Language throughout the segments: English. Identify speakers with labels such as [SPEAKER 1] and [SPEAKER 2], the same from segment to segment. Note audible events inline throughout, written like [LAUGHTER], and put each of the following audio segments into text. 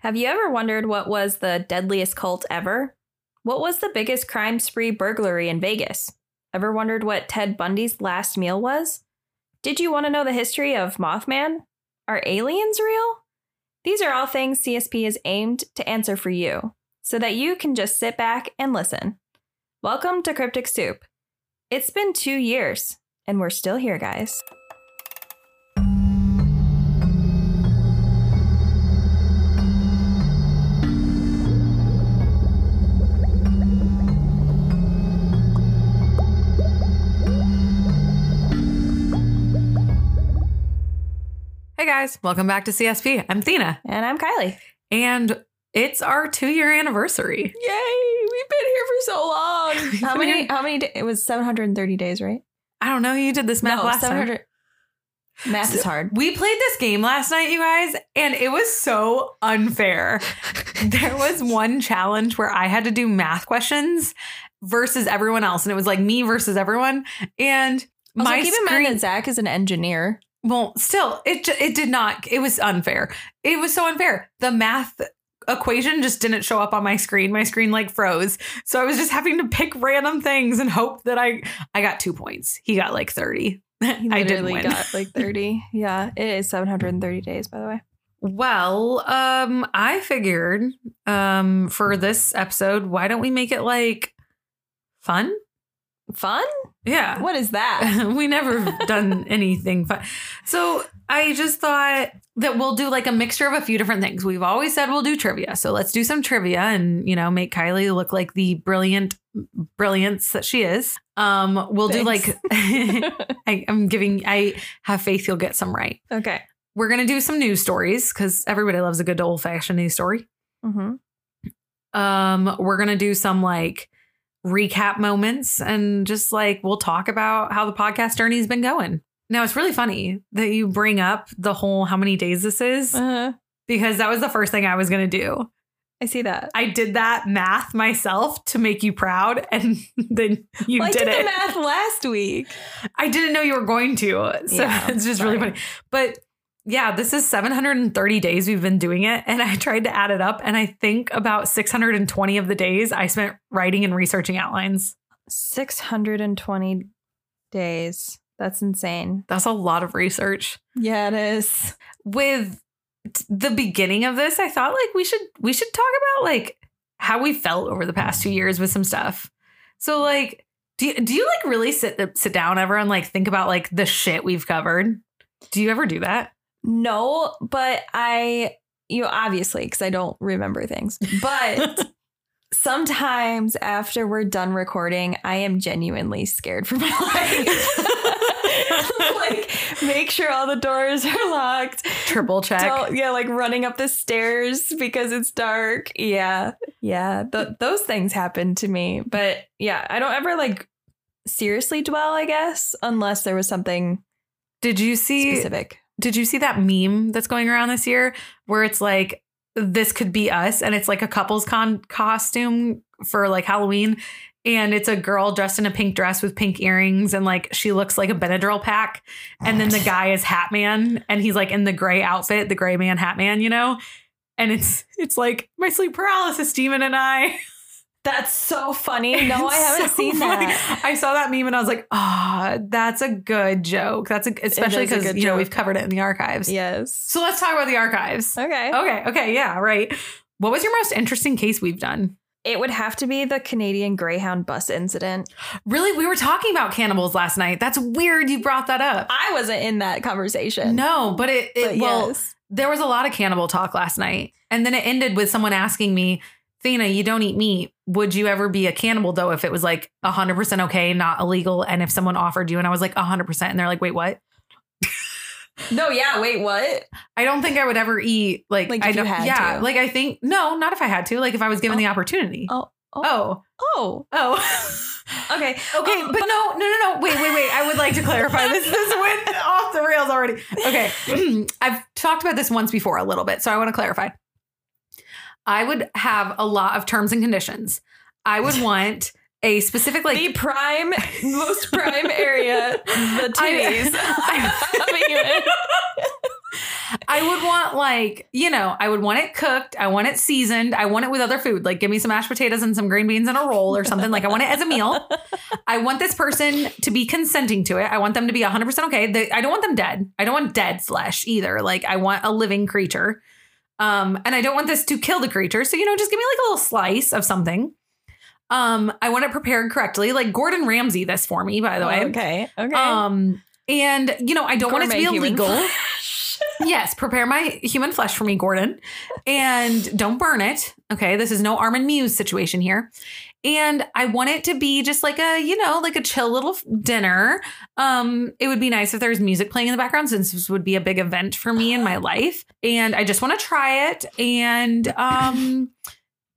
[SPEAKER 1] Have you ever wondered what was the deadliest cult ever? What was the biggest crime spree burglary in Vegas? Ever wondered what Ted Bundy's last meal was? Did you want to know the history of Mothman? Are aliens real? These are all things CSP is aimed to answer for you so that you can just sit back and listen. Welcome to Cryptic Soup. It's been two years, and we're still here, guys.
[SPEAKER 2] Hey guys, welcome back to CSP. I'm Thina,
[SPEAKER 1] And I'm Kylie.
[SPEAKER 2] and it's our two year anniversary.
[SPEAKER 1] Yay! We've been here for so long.
[SPEAKER 2] [LAUGHS]
[SPEAKER 1] how
[SPEAKER 2] been
[SPEAKER 1] many?
[SPEAKER 2] here-
[SPEAKER 1] How many? Da- it was 730 days, right?
[SPEAKER 2] I don't know, you did this math last time.
[SPEAKER 1] Math
[SPEAKER 2] [LAUGHS]
[SPEAKER 1] is hard.
[SPEAKER 2] We played this game last night, you guys, and it was so
[SPEAKER 1] [LAUGHS]
[SPEAKER 2] unfair. there was one challenge where I had to do math questions versus everyone else, and it was like me versus everyone. And
[SPEAKER 1] Also,
[SPEAKER 2] my
[SPEAKER 1] keep in
[SPEAKER 2] screen,
[SPEAKER 1] mind that Zach is an engineer.
[SPEAKER 2] well, still, it ju- it did not. It was unfair. It was so unfair. The math equation just didn't show up on my screen. My screen like froze, so I was just having to pick random things and hope that I I got two points. He got like thirty.
[SPEAKER 1] He
[SPEAKER 2] [LAUGHS] I didn't
[SPEAKER 1] literally
[SPEAKER 2] win.
[SPEAKER 1] got
[SPEAKER 2] [LAUGHS]
[SPEAKER 1] like 30. yeah, it is 730 days, by the way.
[SPEAKER 2] Well, um, I figured um for this episode, why don't we make it like fun?
[SPEAKER 1] Fun?
[SPEAKER 2] Yeah.
[SPEAKER 1] What is
[SPEAKER 2] [LAUGHS]
[SPEAKER 1] that?
[SPEAKER 2] we never have done anything fun. So I just thought that we'll do like a mixture of a few different things. We've always said we'll do trivia. So let's do some trivia and, you know, make Kylie look like the brilliant brilliance that she is. Um, we'll do
[SPEAKER 1] Thanks.
[SPEAKER 2] like [LAUGHS] I, I'm giving I have faith you'll get some right.
[SPEAKER 1] okay.
[SPEAKER 2] We're gonna do some news stories because everybody loves a good old fashioned news story.
[SPEAKER 1] Mm-hmm.
[SPEAKER 2] Um, we're gonna do some like recap moments and just like we'll talk about how the podcast journey's been going. Now it's really funny that you bring up the whole how many days this is
[SPEAKER 1] Uh-huh.
[SPEAKER 2] because that was the first thing I was gonna do.
[SPEAKER 1] I see that.
[SPEAKER 2] I did that math myself to make you proud, and [LAUGHS] then you
[SPEAKER 1] Well, I
[SPEAKER 2] did,
[SPEAKER 1] did
[SPEAKER 2] it.
[SPEAKER 1] the math last week.
[SPEAKER 2] I didn't know you were going to, so
[SPEAKER 1] Yeah,
[SPEAKER 2] [LAUGHS] it's just really
[SPEAKER 1] sorry.
[SPEAKER 2] funny. But yeah, this is 730 days we've been doing it, and [LAUGHS] I tried to add it up, and I think about 620 of the days I spent writing and researching outlines.
[SPEAKER 1] 620 days. That's insane.
[SPEAKER 2] That's a lot of research.
[SPEAKER 1] Yeah, it is.
[SPEAKER 2] With t- the beginning of this, I thought like we should we should talk about like how we felt over the past two years with some stuff. So like, do you, do you like really sit sit down ever and like think about like the shit we've covered? Do you ever
[SPEAKER 1] [LAUGHS]
[SPEAKER 2] do that?
[SPEAKER 1] No, but I, you know, obviously, because I don't remember things,
[SPEAKER 2] [LAUGHS]
[SPEAKER 1] but sometimes after we're done recording, I am genuinely scared for my [LAUGHS] life. like, make sure all the doors are locked.
[SPEAKER 2] Triple check.
[SPEAKER 1] Don't, yeah, like running up the stairs because it's dark. Yeah, yeah, th- those things happen to me. But yeah, I don't ever like seriously dwell, I guess, unless there was something
[SPEAKER 2] Did you see
[SPEAKER 1] specific.
[SPEAKER 2] did you see that meme that's going around this year where it's like this could be us and it's like a couple's con costume for like Halloween and it's a girl dressed in a pink dress with pink earrings and like she looks like a Benadryl pack and then the guy is Hat Man and he's like in the gray outfit, the gray man Hat Man, you know? And it's it's like my sleep paralysis demon and I.
[SPEAKER 1] That's so funny. No, I
[SPEAKER 2] It's
[SPEAKER 1] haven't
[SPEAKER 2] so
[SPEAKER 1] seen
[SPEAKER 2] funny.
[SPEAKER 1] that.
[SPEAKER 2] I saw that meme and I was like, ah, that's a good joke. That's a, especially
[SPEAKER 1] is a
[SPEAKER 2] because you
[SPEAKER 1] good
[SPEAKER 2] know
[SPEAKER 1] joke.
[SPEAKER 2] we've covered it in the archives.
[SPEAKER 1] Yes. oh,
[SPEAKER 2] So let's talk about the archives.
[SPEAKER 1] Okay.
[SPEAKER 2] Okay, okay, yeah, right. What was your most interesting case we've done?
[SPEAKER 1] It would have to be the Canadian Greyhound bus incident.
[SPEAKER 2] Really, we were talking about cannibals last night. That's weird you brought that up.
[SPEAKER 1] I wasn't in that conversation.
[SPEAKER 2] No, but it, it
[SPEAKER 1] but
[SPEAKER 2] well,
[SPEAKER 1] yes.
[SPEAKER 2] there was a lot of cannibal talk last night. And then it ended with someone asking me, Thina, you don't eat meat. Would you ever be a cannibal though if it was like 100% okay, not illegal? And if someone offered you, and I was like 100%, and they're like, wait, what?
[SPEAKER 1] No, yeah, wait, what?
[SPEAKER 2] I don't think I would ever eat like,
[SPEAKER 1] Like,
[SPEAKER 2] I
[SPEAKER 1] if you
[SPEAKER 2] don't,
[SPEAKER 1] had
[SPEAKER 2] yeah,
[SPEAKER 1] to.
[SPEAKER 2] like I think, no, not if I had to, like if I was given
[SPEAKER 1] Oh.
[SPEAKER 2] the opportunity.
[SPEAKER 1] Oh.
[SPEAKER 2] oh,
[SPEAKER 1] Oh,
[SPEAKER 2] oh. [LAUGHS]
[SPEAKER 1] okay.
[SPEAKER 2] Okay,
[SPEAKER 1] Um,
[SPEAKER 2] but no, no, no, no. Wait, wait, wait. I would like to clarify this. This went off the rails already. Okay. [CLEARS THROAT] I've talked about this once before a little bit, so I want to clarify. I would have a lot of terms and conditions. I would want a specific like
[SPEAKER 1] the prime, most
[SPEAKER 2] [LAUGHS]
[SPEAKER 1] prime area, the [LAUGHS]
[SPEAKER 2] I-
[SPEAKER 1] titties
[SPEAKER 2] I-
[SPEAKER 1] of a human.
[SPEAKER 2] I would want like, you know, I would want it cooked, I want it seasoned, I want it with other food. Like give me some mashed potatoes and some green beans and a roll or something. Like I want it as a meal.
[SPEAKER 1] [LAUGHS]
[SPEAKER 2] I want this person to be consenting to it. I want them to be 100% okay. They, I don't want them dead. I don't want dead flesh either. Like I want a living creature. Um and I don't want this to kill the creature. So you know, just give me like a little slice of something. Um I want it prepared correctly. Like Gordon Ramsay this for me by the way.
[SPEAKER 1] okay, okay.
[SPEAKER 2] Um and you know, I don't want it
[SPEAKER 1] Gourmet
[SPEAKER 2] to be
[SPEAKER 1] human
[SPEAKER 2] illegal.
[SPEAKER 1] [LAUGHS] flesh.
[SPEAKER 2] yes, prepare my human flesh for me, Gordon, and don't burn it. Okay, this is no Arm and Muse situation here. And I want it to be just like a, you know, like a chill little f- dinner. Um, it would be nice if there was music playing in the background since this would be a big event for me
[SPEAKER 1] [GASPS]
[SPEAKER 2] in my life. And I just want to try it. And um,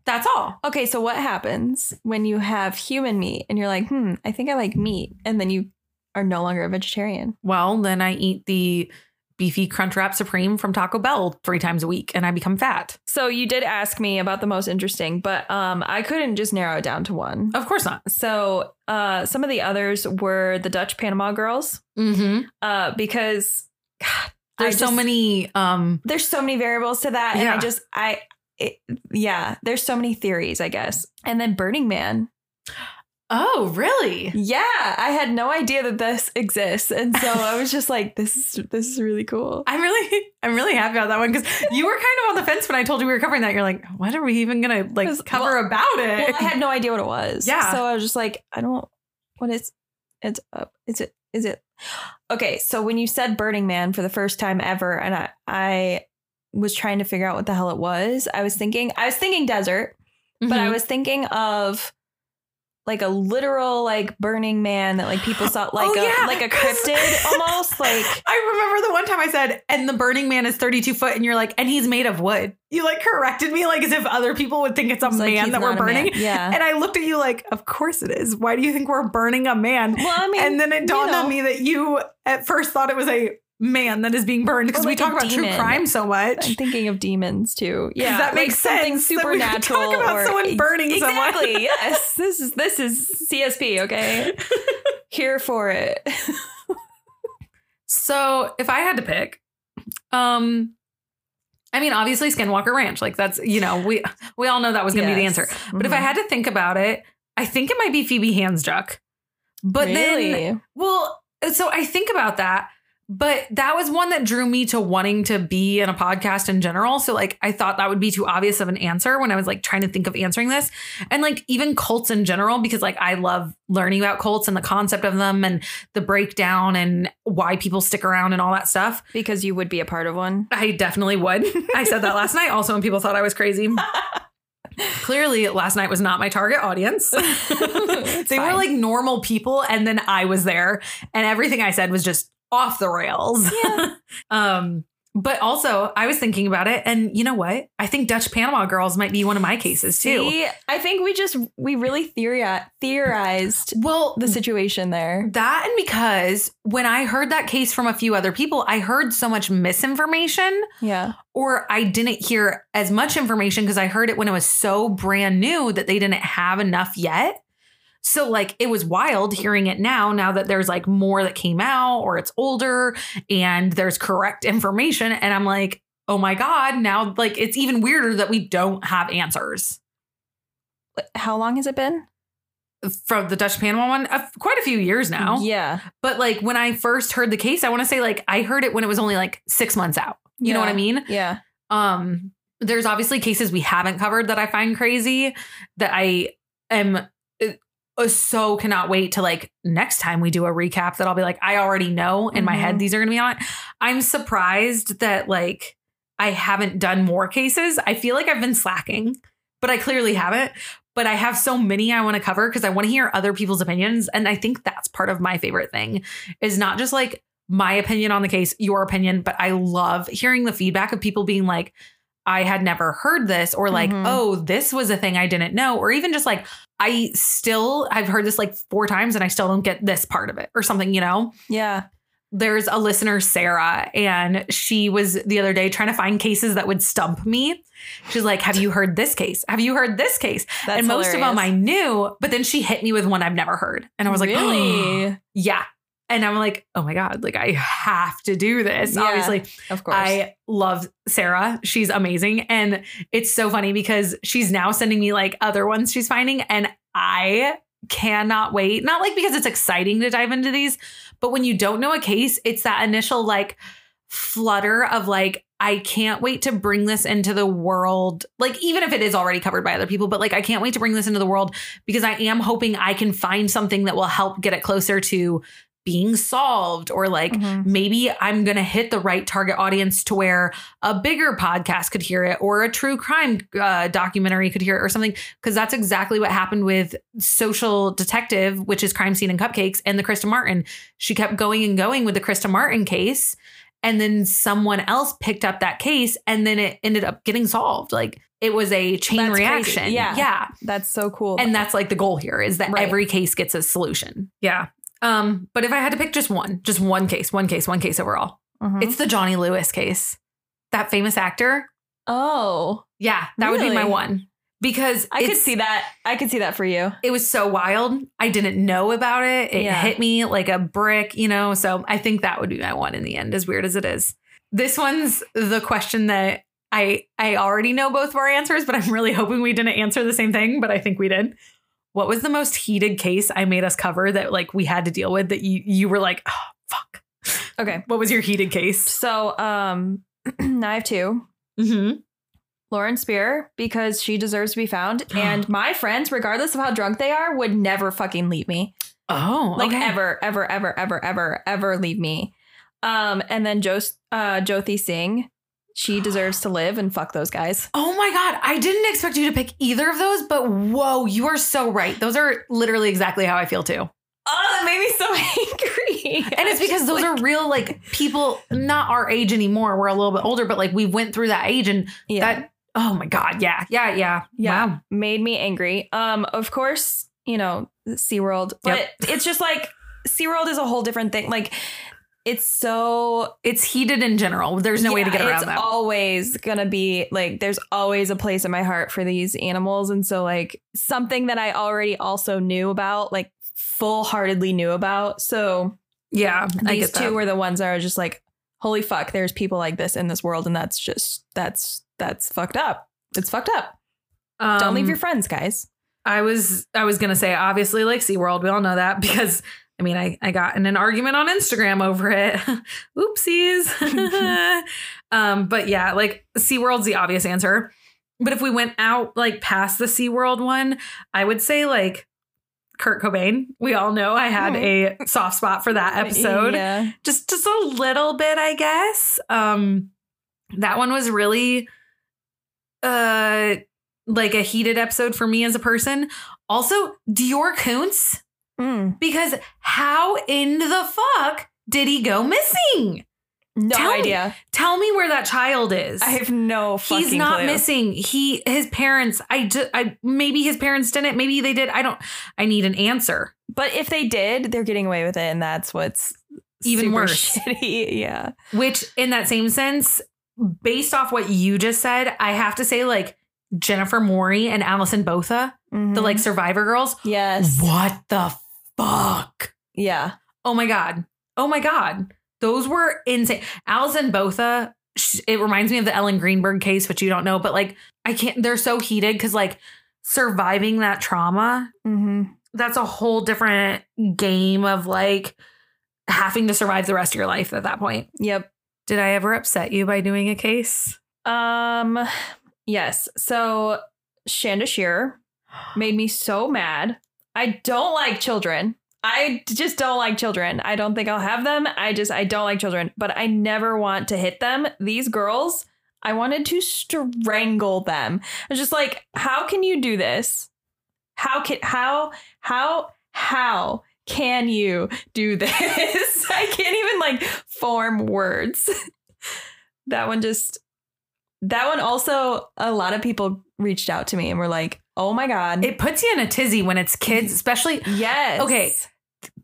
[SPEAKER 2] that's all.
[SPEAKER 1] Okay, so what happens when you have human meat and you're like, hmm, I think I like meat, and then you are no longer a vegetarian?
[SPEAKER 2] Well, then I eat the beefy Crunchwrap Supreme from Taco Bell three times a week and I become fat.
[SPEAKER 1] So you did ask me about the most interesting, but um, I couldn't just narrow it down to one.
[SPEAKER 2] Of course not.
[SPEAKER 1] So uh, some of the others were the Dutch Panama Girls,
[SPEAKER 2] Mm-hmm.
[SPEAKER 1] uh, because God, I
[SPEAKER 2] There's so
[SPEAKER 1] just-
[SPEAKER 2] many um
[SPEAKER 1] There's so many variables to that, and I
[SPEAKER 2] Yeah.
[SPEAKER 1] just I. It, yeah, there's so many theories, I guess. And then Burning Man.
[SPEAKER 2] Oh, really?
[SPEAKER 1] Yeah, I had no idea that this exists. And so I was just like, this is this is really cool.
[SPEAKER 2] I'm really, [LAUGHS] I'm really happy about that one because you were kind of on the fence when I told you we were covering that. You're like, what are we even gonna like
[SPEAKER 1] 'Cause-
[SPEAKER 2] cover
[SPEAKER 1] well-
[SPEAKER 2] about it?
[SPEAKER 1] Well, I had no idea what it was.
[SPEAKER 2] Yeah.
[SPEAKER 1] So I was just like, I don't what is it's up. Is it is it Okay, so when you said Burning Man for the first time ever and I I was trying to figure out what the hell it was, I was thinking I was thinking desert, but I
[SPEAKER 2] Mhm.
[SPEAKER 1] was thinking of like a literal like Burning Man that like people saw like
[SPEAKER 2] Oh,
[SPEAKER 1] a
[SPEAKER 2] yeah,
[SPEAKER 1] like a
[SPEAKER 2] 'cause-
[SPEAKER 1] cryptid
[SPEAKER 2] [LAUGHS]
[SPEAKER 1] almost like
[SPEAKER 2] I remember the one time I said, and the Burning Man is 32 foot, and you're like, and he's made of wood. You like corrected me like as if other people would think it's a
[SPEAKER 1] it's like
[SPEAKER 2] man
[SPEAKER 1] he's
[SPEAKER 2] that we're
[SPEAKER 1] not a man.
[SPEAKER 2] burning.
[SPEAKER 1] Yeah.
[SPEAKER 2] And I looked at you like, of course it is. Why do you think we're burning a man?
[SPEAKER 1] Well, I mean,
[SPEAKER 2] and then it dawned
[SPEAKER 1] know.
[SPEAKER 2] on me that you at first thought it was a man that is being burned because we
[SPEAKER 1] like a
[SPEAKER 2] talk about true
[SPEAKER 1] demon.
[SPEAKER 2] crime so much.
[SPEAKER 1] I'm thinking of demons too. Yeah,
[SPEAKER 2] that
[SPEAKER 1] like
[SPEAKER 2] makes
[SPEAKER 1] something
[SPEAKER 2] sense that we could talk
[SPEAKER 1] supernatural.
[SPEAKER 2] about
[SPEAKER 1] or,
[SPEAKER 2] someone burning someone.
[SPEAKER 1] exactly,
[SPEAKER 2] [LAUGHS]
[SPEAKER 1] Yes, this is this is CSP. Okay, here for it.
[SPEAKER 2] So if I had to pick, um, I mean, obviously Skinwalker Ranch, like that's you know we we all know that was gonna be the answer. But if I had to think about it, I think it might be Phoebe Hansjuck. But then, well, uh, so I think about that. But that was one that drew me to wanting to be in a podcast in general. So like I thought that would be too obvious of an answer when I was like trying to think of answering this. And like even cults in general, because like I love learning about cults and the concept of them and the breakdown and why people stick around and all that stuff.
[SPEAKER 1] because you would be a part of one.
[SPEAKER 2] I definitely would. I said that last night also, and people thought I was crazy. [LAUGHS] Clearly, last night was not my target [LAUGHS] audience. they
[SPEAKER 1] It's
[SPEAKER 2] were
[SPEAKER 1] fine.
[SPEAKER 2] like normal people, and then I was there, and everything I said was just off the rails.
[SPEAKER 1] Yeah.
[SPEAKER 2] [LAUGHS] um, but also, I was thinking about it, and you know what? I think Dutch Panama Girls might be one of my cases too.
[SPEAKER 1] See, I think we just we really theori- theorized
[SPEAKER 2] Well,
[SPEAKER 1] the situation there.
[SPEAKER 2] That and because when I heard that case from a few other people, I heard so much misinformation.
[SPEAKER 1] Yeah,
[SPEAKER 2] or I didn't hear as much information because I heard it when it was so brand new that they didn't have enough yet. So like it was wild hearing it now now that there's like more that came out or it's older and there's correct information and I'm like, "Oh my god, now like it's even weirder that we don't have answers."
[SPEAKER 1] how long has it been?
[SPEAKER 2] From the Dutch Panama one, uh, quite a few years now.
[SPEAKER 1] Yeah,
[SPEAKER 2] But like when I first heard the case, I want to say like I heard it when it was only like 6 months out. You know
[SPEAKER 1] Yeah.
[SPEAKER 2] what I mean?
[SPEAKER 1] yeah.
[SPEAKER 2] Um, there's obviously cases we haven't covered that I find crazy that I am uh, so cannot wait to like next time we do a recap that I'll be like, I already know in my head
[SPEAKER 1] Mhm.
[SPEAKER 2] these are gonna be on. it. I'm surprised that like I haven't done more cases. I feel like I've been slacking, but I clearly haven't. But I have so many I want to cover because I want to hear other people's opinions. And I think that's part of my favorite thing is not just like my opinion on the case, your opinion, but I love hearing the feedback of people being like, I had never heard this, or like,
[SPEAKER 1] Mhm.
[SPEAKER 2] oh, this was a thing I didn't know, or even just like, I still, I've heard this like four times and I still don't get this part of it, or something, you know?
[SPEAKER 1] Yeah.
[SPEAKER 2] there's a listener, Sarah, and she was the other day trying to find cases that would stump me. She's like, Have you heard this case? Have you heard this case?
[SPEAKER 1] That's
[SPEAKER 2] and most of them
[SPEAKER 1] hilarious.
[SPEAKER 2] [GASPS] I knew, but then she hit me with one I've never heard. And I was like,
[SPEAKER 1] really?
[SPEAKER 2] Yeah. And I'm like, oh my God, like I have to do this.
[SPEAKER 1] Yeah,
[SPEAKER 2] Obviously,
[SPEAKER 1] Of course.
[SPEAKER 2] I love Sarah. She's amazing. And it's so funny because she's now sending me like other ones she's finding. And I cannot wait. Not like because it's exciting to dive into these, but when you don't know a case, it's that initial like flutter of like, I can't wait to bring this into the world. Like, even if it is already covered by other people, but like, I can't wait to bring this into the world because I am hoping I can find something that will help get it closer to being solved or like
[SPEAKER 1] Mhm.
[SPEAKER 2] maybe I'm going to hit the right target audience to where a bigger podcast could hear it or a true crime uh, documentary could hear it or something. Cause that's exactly what happened with Social Detective, which is Crime Scene and Cupcakes, and the Krista Martin. She kept going and going with the Krista Martin case. And then someone else picked up that case and then it ended up getting solved. Like it was a chain
[SPEAKER 1] That's crazy.
[SPEAKER 2] reaction.
[SPEAKER 1] Yeah.
[SPEAKER 2] Yeah
[SPEAKER 1] That's so cool.
[SPEAKER 2] and that's like the goal here is that
[SPEAKER 1] Right.
[SPEAKER 2] every case gets a solution yeah um but if i had to pick just one just one case one case one case overall
[SPEAKER 1] Mhm.
[SPEAKER 2] it's the johnny lewis case that famous actor
[SPEAKER 1] oh,
[SPEAKER 2] yeah that would be my
[SPEAKER 1] Really?
[SPEAKER 2] one because
[SPEAKER 1] I could
[SPEAKER 2] it's-
[SPEAKER 1] see that. I could see that for you.
[SPEAKER 2] it was so wild i didn't know about it it
[SPEAKER 1] Yeah.
[SPEAKER 2] hit me like a brick you know so i think that would be my one in the end as weird as it is this one's the question that i i already know both of our answers but i'm really hoping we didn't answer the same thing but i think we did what was the most heated case i made us cover that like we had to deal with that you you were like oh fuck
[SPEAKER 1] Okay.
[SPEAKER 2] what was your heated case
[SPEAKER 1] So, um, [CLEARS THROAT] I have two.
[SPEAKER 2] mm-hmm.
[SPEAKER 1] Lauren Spear because she deserves to be [GASPS] found. And my friends, regardless of how drunk they are, would never fucking leave me.
[SPEAKER 2] oh
[SPEAKER 1] Like ever, ever, ever, ever, ever, ever leave me. Um, and then jo- uh, Jyothi Singh, she deserves to live and fuck those guys.
[SPEAKER 2] Oh my God. I didn't expect you to pick either of those, but whoa, you are so right. Those are literally exactly how I feel too.
[SPEAKER 1] Oh, that made me so [LAUGHS] angry.
[SPEAKER 2] And it's because those are real, like people, not our age anymore. We're a little bit older, but like we went through that age and
[SPEAKER 1] yeah.
[SPEAKER 2] that, oh my God. Yeah. Yeah. Yeah.
[SPEAKER 1] Yeah.
[SPEAKER 2] Wow.
[SPEAKER 1] made me angry. Um, of course, you know, SeaWorld, but
[SPEAKER 2] Yep.
[SPEAKER 1] it's just like SeaWorld is a whole different thing. Like it's so
[SPEAKER 2] It's heated in general. There's no way to
[SPEAKER 1] Yeah,
[SPEAKER 2] get around
[SPEAKER 1] it's
[SPEAKER 2] that.
[SPEAKER 1] always gonna be like there's always a place in my heart for these animals. And so like something that I already also knew about, like full heartedly knew about. So
[SPEAKER 2] yeah. I
[SPEAKER 1] these
[SPEAKER 2] get
[SPEAKER 1] two
[SPEAKER 2] that.
[SPEAKER 1] were the ones that I was just like, holy fuck, there's people like this in this world, and that's just that's that's fucked up. It's fucked up. Don't leave
[SPEAKER 2] Um,
[SPEAKER 1] your friends, guys.
[SPEAKER 2] I was I was gonna say obviously like SeaWorld, we all know that because I mean I, I got in an argument on Instagram over it. [LAUGHS] Oopsies. [LAUGHS] um, but yeah, like SeaWorld's the obvious answer. But if we went out like past the SeaWorld one, I would say like Kurt Cobain. We all know I had a soft spot for that
[SPEAKER 1] [LAUGHS]
[SPEAKER 2] episode
[SPEAKER 1] Yeah.
[SPEAKER 2] just just a little bit i guess um that one was really uh like a heated episode for me as a person also dior Koontz,
[SPEAKER 1] Mm.
[SPEAKER 2] because how in the fuck did he go missing
[SPEAKER 1] No
[SPEAKER 2] Tell me.
[SPEAKER 1] idea.
[SPEAKER 2] tell me where that child is
[SPEAKER 1] I have no fucking
[SPEAKER 2] he's not
[SPEAKER 1] clue.
[SPEAKER 2] missing he his parents i just i maybe his parents didn't maybe they did i don't i need an answer
[SPEAKER 1] But if they did, they're getting away with it, and that's what's
[SPEAKER 2] Even
[SPEAKER 1] super
[SPEAKER 2] worse.
[SPEAKER 1] Shitty. [LAUGHS] Yeah.
[SPEAKER 2] Which, in that same sense, based off what you just said, I have to say, like, Jennifer Maury and Allison Botha, the like survivor girls.
[SPEAKER 1] Mm-hmm. Yes.
[SPEAKER 2] What the fuck?
[SPEAKER 1] Yeah.
[SPEAKER 2] Oh my God. Oh my God. Those were insane. Allison Botha, sh- it reminds me of the Ellen Greenberg case, which you don't know, but like, I can't, they're so heated because like surviving that trauma
[SPEAKER 1] Mm-hmm.
[SPEAKER 2] that's a whole different game of like having to survive the rest of your life at that point.
[SPEAKER 1] Yep.
[SPEAKER 2] Did I ever upset you by doing a case?
[SPEAKER 1] Um. Yes. So Shanda Shearer made me so mad. I don't like children. I just don't like children. I don't think I'll have them. I just I don't like children, but I never want to hit them. These girls, I wanted to strangle them. I was just like, how can you do this? How can how how how can you do [LAUGHS] this? I can't even like form words. [LAUGHS] that one just that one also a lot of people reached out to me and were like, "Oh my god.
[SPEAKER 2] It puts you in a tizzy when it's kids, especially
[SPEAKER 1] yes.
[SPEAKER 2] Okay.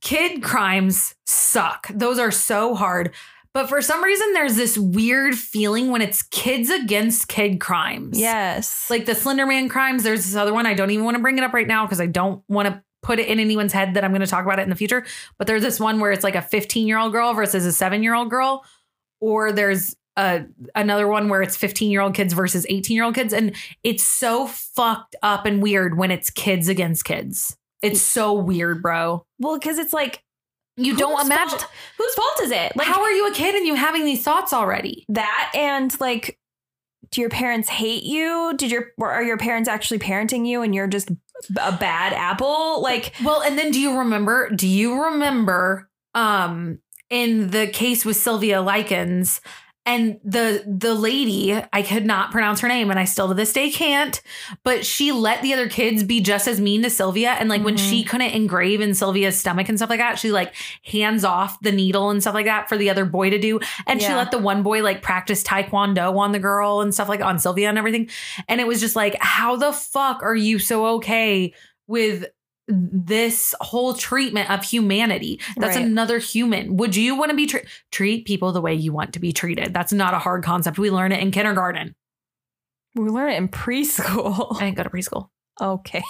[SPEAKER 2] kid crimes suck. Those are so hard. But for some reason, there's this weird feeling when it's kids against kid crimes.
[SPEAKER 1] Yes.
[SPEAKER 2] Like the Slender Man crimes, there's this other one. I don't even want to bring it up right now because I don't want to put it in anyone's head that I'm going to talk about it in the future. But there's this one where it's like a 15 year old girl versus a seven year old girl, or there's a, another one where it's 15 year old kids versus 18 year old kids. And it's so fucked up and weird when it's kids against kids. It's so weird, bro.
[SPEAKER 1] Well, because it's like
[SPEAKER 2] You don't
[SPEAKER 1] whose
[SPEAKER 2] imagine.
[SPEAKER 1] fault- whose fault is it? Like
[SPEAKER 2] How are you a kid and you having these thoughts already?
[SPEAKER 1] that, and like, do your parents hate you? Did your or are your parents actually parenting you, and you're just a bad apple? Like,
[SPEAKER 2] Well, and then do you remember? Do you remember um in the case with Sylvia Likens and the the lady, I could not pronounce her name and I still to this day can't, but she let the other kids be just as mean to Sylvia and like when
[SPEAKER 1] Mhm.
[SPEAKER 2] she couldn't engrave in Sylvia's stomach and stuff like that, she like hands off the needle and stuff like that for the other boy to do and she
[SPEAKER 1] Yeah.
[SPEAKER 2] let the one boy like practice taekwondo on the girl and stuff like on Sylvia and everything. And it was just like, how the fuck are you so okay with this whole treatment of humanity? That's
[SPEAKER 1] Right.
[SPEAKER 2] another human. Would you want to be tre- treat people the way you want to be treated? That's not a hard concept. We learn it in kindergarten.
[SPEAKER 1] we learn it in preschool. [LAUGHS]
[SPEAKER 2] I didn't go to preschool.
[SPEAKER 1] Okay.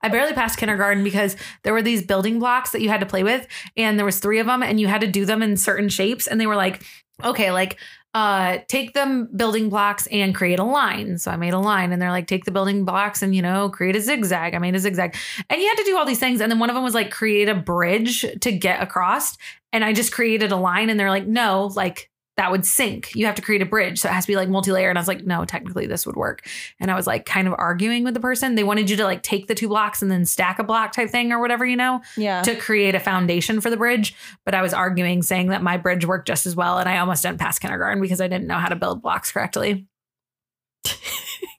[SPEAKER 2] I barely passed kindergarten because there were these building blocks that you had to play with, and there was three of them, and you had to do them in certain shapes, and they were like, okay, like uh take them building blocks and create a line. So I made a line and they're like take the building blocks and you know create a zigzag. I made a zigzag. And you had to do all these things and then one of them was like create a bridge to get across and I just created a line and they're like no, like that would sink. You have to create a bridge. So it has to be like multi-layer and I was like no, technically this would work. And I was like kind of arguing with the person. They wanted you to like take the two blocks and then stack a block type thing or whatever, you know
[SPEAKER 1] Yeah.
[SPEAKER 2] to create a foundation for the bridge. But I was arguing, saying that my bridge worked just as well. And I almost didn't pass kindergarten because I didn't know how to build blocks correctly.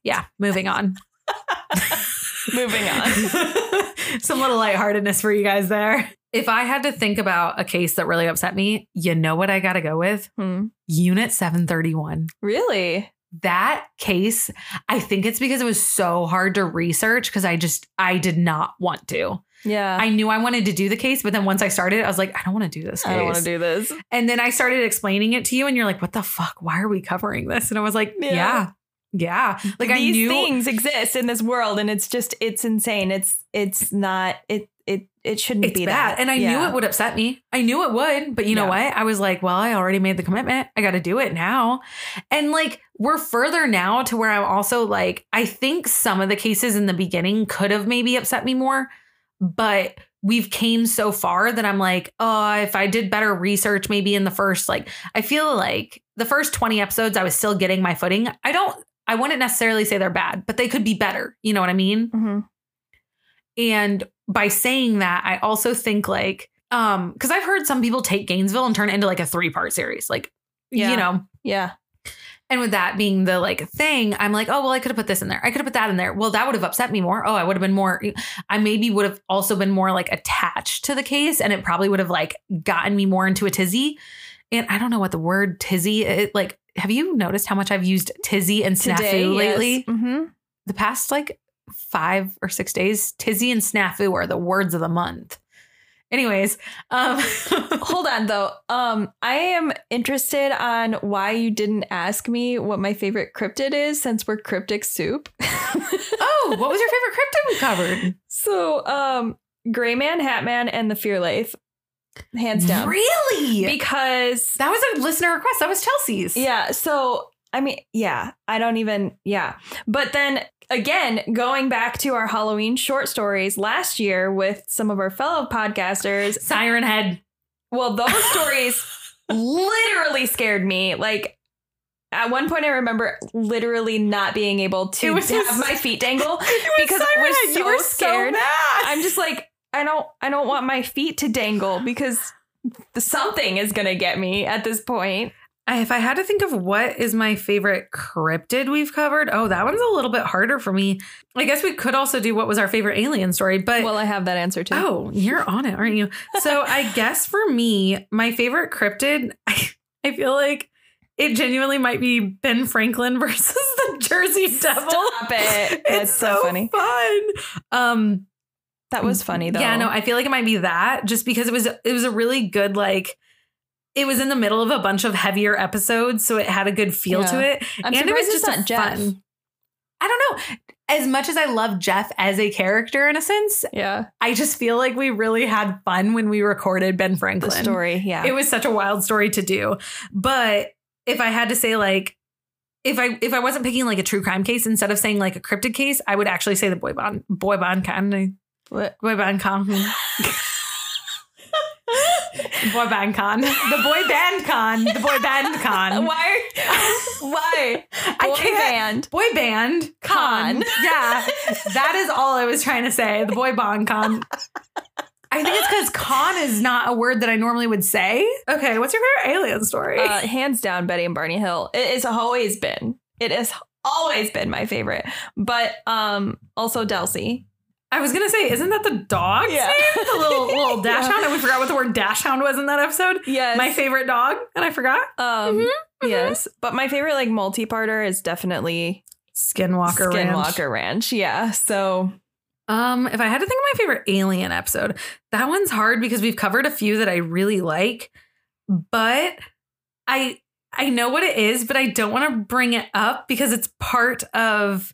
[SPEAKER 2] yeah, moving on.
[SPEAKER 1] Moving on.
[SPEAKER 2] Some little lightheartedness for you guys there. If I had to think about a case that really upset me, you know what I got to go with?
[SPEAKER 1] [LAUGHS] Hmm.
[SPEAKER 2] Unit 731.
[SPEAKER 1] Really?
[SPEAKER 2] That case, I think it's because it was so hard to research because I just, I did not want to.
[SPEAKER 1] Yeah.
[SPEAKER 2] I knew I wanted to do the case, but then once I started, I was like, I don't want to do this case.
[SPEAKER 1] I don't want to do this.
[SPEAKER 2] and then I started explaining it to you, and you're like, what the fuck? Why are we covering this? And I was like,
[SPEAKER 1] Yeah.
[SPEAKER 2] yeah. Yeah. Like I
[SPEAKER 1] these
[SPEAKER 2] knew
[SPEAKER 1] things exist in this world, and it's just it's insane. It's it's not it it it shouldn't
[SPEAKER 2] it's
[SPEAKER 1] be
[SPEAKER 2] bad.
[SPEAKER 1] that.
[SPEAKER 2] And I knew it would upset me. I knew it would, but you know
[SPEAKER 1] Yeah.
[SPEAKER 2] what? I was like, well, I already made the commitment. I got to do it now. And like, we're further now to where I'm also like, I think some of the cases in the beginning could have maybe upset me more, but we've came so far that I'm like, oh, if I did better research maybe in the first, like, I feel like the first 20 episodes, I was still getting my footing. I don't, I wouldn't necessarily say they're bad, but they could be better. You know what I mean?
[SPEAKER 1] Mhm.
[SPEAKER 2] And by saying that, I also think like, um, because I've heard some people take Gainesville and turn it into like a three part series, like,
[SPEAKER 1] Yeah.
[SPEAKER 2] you know.
[SPEAKER 1] Yeah.
[SPEAKER 2] And with that being the like thing, I'm like, oh well, I could have put this in there. I could have put that in there. Well, that would have upset me more. Oh, I would have been more. I maybe would have also been more like attached to the case, and it probably would have like gotten me more into a tizzy. And I don't know what the word tizzy. It, like, have you noticed how much I've used tizzy and snafu lately?
[SPEAKER 1] hmm
[SPEAKER 2] the past like five or six days, tizzy and snafu are the words of the month. Anyways, um, [LAUGHS]
[SPEAKER 1] Hold on though. Um, I am interested on why you didn't ask me what my favorite cryptid is since we're cryptic soup. [LAUGHS]
[SPEAKER 2] oh, what was your favorite cryptid we covered?
[SPEAKER 1] so um Gray Man, Hat Man, and the Fearlaith. Hands down.
[SPEAKER 2] Really?
[SPEAKER 1] Because
[SPEAKER 2] that was a listener request. That was Chelsea's.
[SPEAKER 1] Yeah. So, I mean, yeah, I don't even, yeah. But then again, going back to our Halloween short stories last year with some of our fellow podcasters, [LAUGHS]
[SPEAKER 2] Siren Head.
[SPEAKER 1] well,
[SPEAKER 2] [LAUGHS]
[SPEAKER 1] those stories literally scared me. Like, at one point, I remember literally not being able
[SPEAKER 2] It
[SPEAKER 1] to
[SPEAKER 2] was
[SPEAKER 1] have
[SPEAKER 2] just-
[SPEAKER 1] my feet dangle.
[SPEAKER 2] because I was so
[SPEAKER 1] You were so
[SPEAKER 2] scared.
[SPEAKER 1] I'm just like, I don't, I don't want my feet to dangle because something is gonna get me at this point.
[SPEAKER 2] I- if I had to think of what is my favorite cryptid we've covered, oh, that one's a little bit harder for me. I guess we could also do what was our favorite alien story, but
[SPEAKER 1] Well, I have that answer too.
[SPEAKER 2] Oh, you're on it, aren't you? So I guess for me, my favorite cryptid, [LAUGHS] I, I feel like it genuinely might be Ben Franklin [LAUGHS] versus the Jersey Devil.
[SPEAKER 1] Stop it. That's
[SPEAKER 2] [LAUGHS] it's
[SPEAKER 1] so
[SPEAKER 2] so
[SPEAKER 1] funny.
[SPEAKER 2] fun. Um,
[SPEAKER 1] That was funny though.
[SPEAKER 2] yeah, no, I feel like it might be that just because it was it was a really good like it was in the middle of a bunch of heavier episodes, so it had a good feel to
[SPEAKER 1] Yeah.
[SPEAKER 2] it,
[SPEAKER 1] I'm
[SPEAKER 2] and it was
[SPEAKER 1] surprised it's
[SPEAKER 2] just a
[SPEAKER 1] not Jeff.
[SPEAKER 2] fun. I I don't know. As much as I love Jeff as a character in a sense,
[SPEAKER 1] Yeah.
[SPEAKER 2] I just feel like we really had fun when we recorded Ben
[SPEAKER 1] The
[SPEAKER 2] Franklin.
[SPEAKER 1] story. Yeah.
[SPEAKER 2] It was such a wild story to do. But if I had to say like if I if I wasn't picking like a true crime case instead of saying like a cryptid case, I would actually say the boy bond boy bond comedy.
[SPEAKER 1] What?
[SPEAKER 2] Boy
[SPEAKER 1] [LAUGHS]
[SPEAKER 2] band con. boy band con. The boy band con. The boy band con.
[SPEAKER 1] Why? [LAUGHS] Why?
[SPEAKER 2] I can't.
[SPEAKER 1] band.
[SPEAKER 2] Boy band con.
[SPEAKER 1] Con.
[SPEAKER 2] [LAUGHS] Yeah, that is all I was trying to say. The boy band con. I think it's because con is not a word that I normally would say. Okay, what's your favorite alien story?
[SPEAKER 1] Uh,
[SPEAKER 2] [LAUGHS]
[SPEAKER 1] hands down, Betty and Barney Hill. It has always been. It has always been my favorite. But um, also Delcy.
[SPEAKER 2] I was gonna say, isn't that the dog?
[SPEAKER 1] Yeah. [LAUGHS]
[SPEAKER 2] The little little dash
[SPEAKER 1] Yeah.
[SPEAKER 2] hound. And we forgot what the word dash hound was in that episode.
[SPEAKER 1] Yes.
[SPEAKER 2] My favorite dog, and I forgot.
[SPEAKER 1] Um,
[SPEAKER 2] mhm.
[SPEAKER 1] Yes, but my favorite like multi-parter is definitely
[SPEAKER 2] Skinwalker. Ranch.
[SPEAKER 1] Skinwalker Ranch. Yeah, so
[SPEAKER 2] Um, if I had to think of my favorite alien episode, that one's hard because we've covered a few that I really like, but I I know what it is, but I don't want to bring it up because it's part of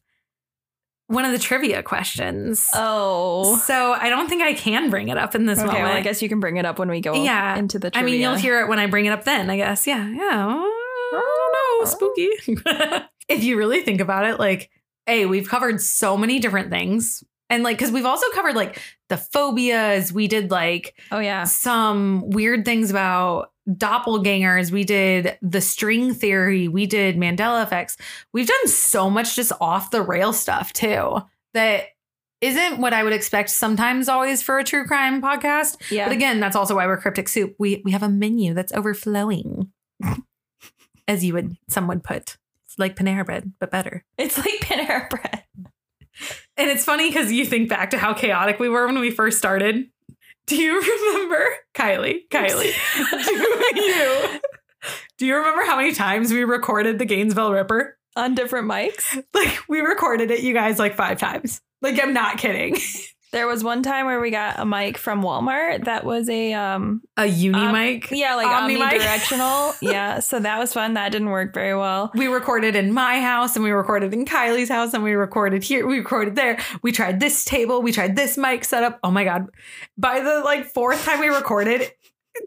[SPEAKER 2] one of the trivia questions.
[SPEAKER 1] oh,
[SPEAKER 2] So I don't think I can bring it up in this
[SPEAKER 1] okay.
[SPEAKER 2] moment.
[SPEAKER 1] Well, I guess you can bring it up when we go
[SPEAKER 2] Yeah.
[SPEAKER 1] into the.
[SPEAKER 2] I
[SPEAKER 1] Trivia. Oh.
[SPEAKER 2] mean, you'll hear it when I bring it up then, I guess. Yeah. Yeah. I don't know. Spooky. if you really think about it, like, hey, we've covered so many different things. And like, because we've also covered like the phobias. We did like
[SPEAKER 1] Oh yeah,
[SPEAKER 2] some weird things about doppelgangers. We did the string theory. We did Mandela effects. We've done so much just off the rail stuff too that isn't what I would expect sometimes always for a true crime podcast.
[SPEAKER 1] yeah.
[SPEAKER 2] But again, that's also why we're cryptic soup. We we have a menu that's [LAUGHS] overflowing, as you would some would put, it's like Panera Bread, but better.
[SPEAKER 1] [LAUGHS] it's like [LAUGHS] Panera Bread.
[SPEAKER 2] And it's funny because you think back to how chaotic we were when we first started. Do you [LAUGHS] remember Kylie? [LAUGHS]
[SPEAKER 1] [LAUGHS]
[SPEAKER 2] Kylie, do you? Do you remember how many times we recorded the Gainesville Ripper?
[SPEAKER 1] on different mics.
[SPEAKER 2] Like we recorded it, you guys, like five times. Like I'm not kidding.
[SPEAKER 1] There was one time where we got a mic from Walmart that was a um
[SPEAKER 2] A uni
[SPEAKER 1] Um,
[SPEAKER 2] mic.
[SPEAKER 1] yeah like
[SPEAKER 2] Omni mic. [LAUGHS]
[SPEAKER 1] omnidirectional yeah so that was fun that didn't work very well
[SPEAKER 2] we recorded in my house and we recorded in Kylie's house and we recorded here, we recorded there. We tried this table, we tried this mic setup. Oh my god. By the like fourth time we recorded,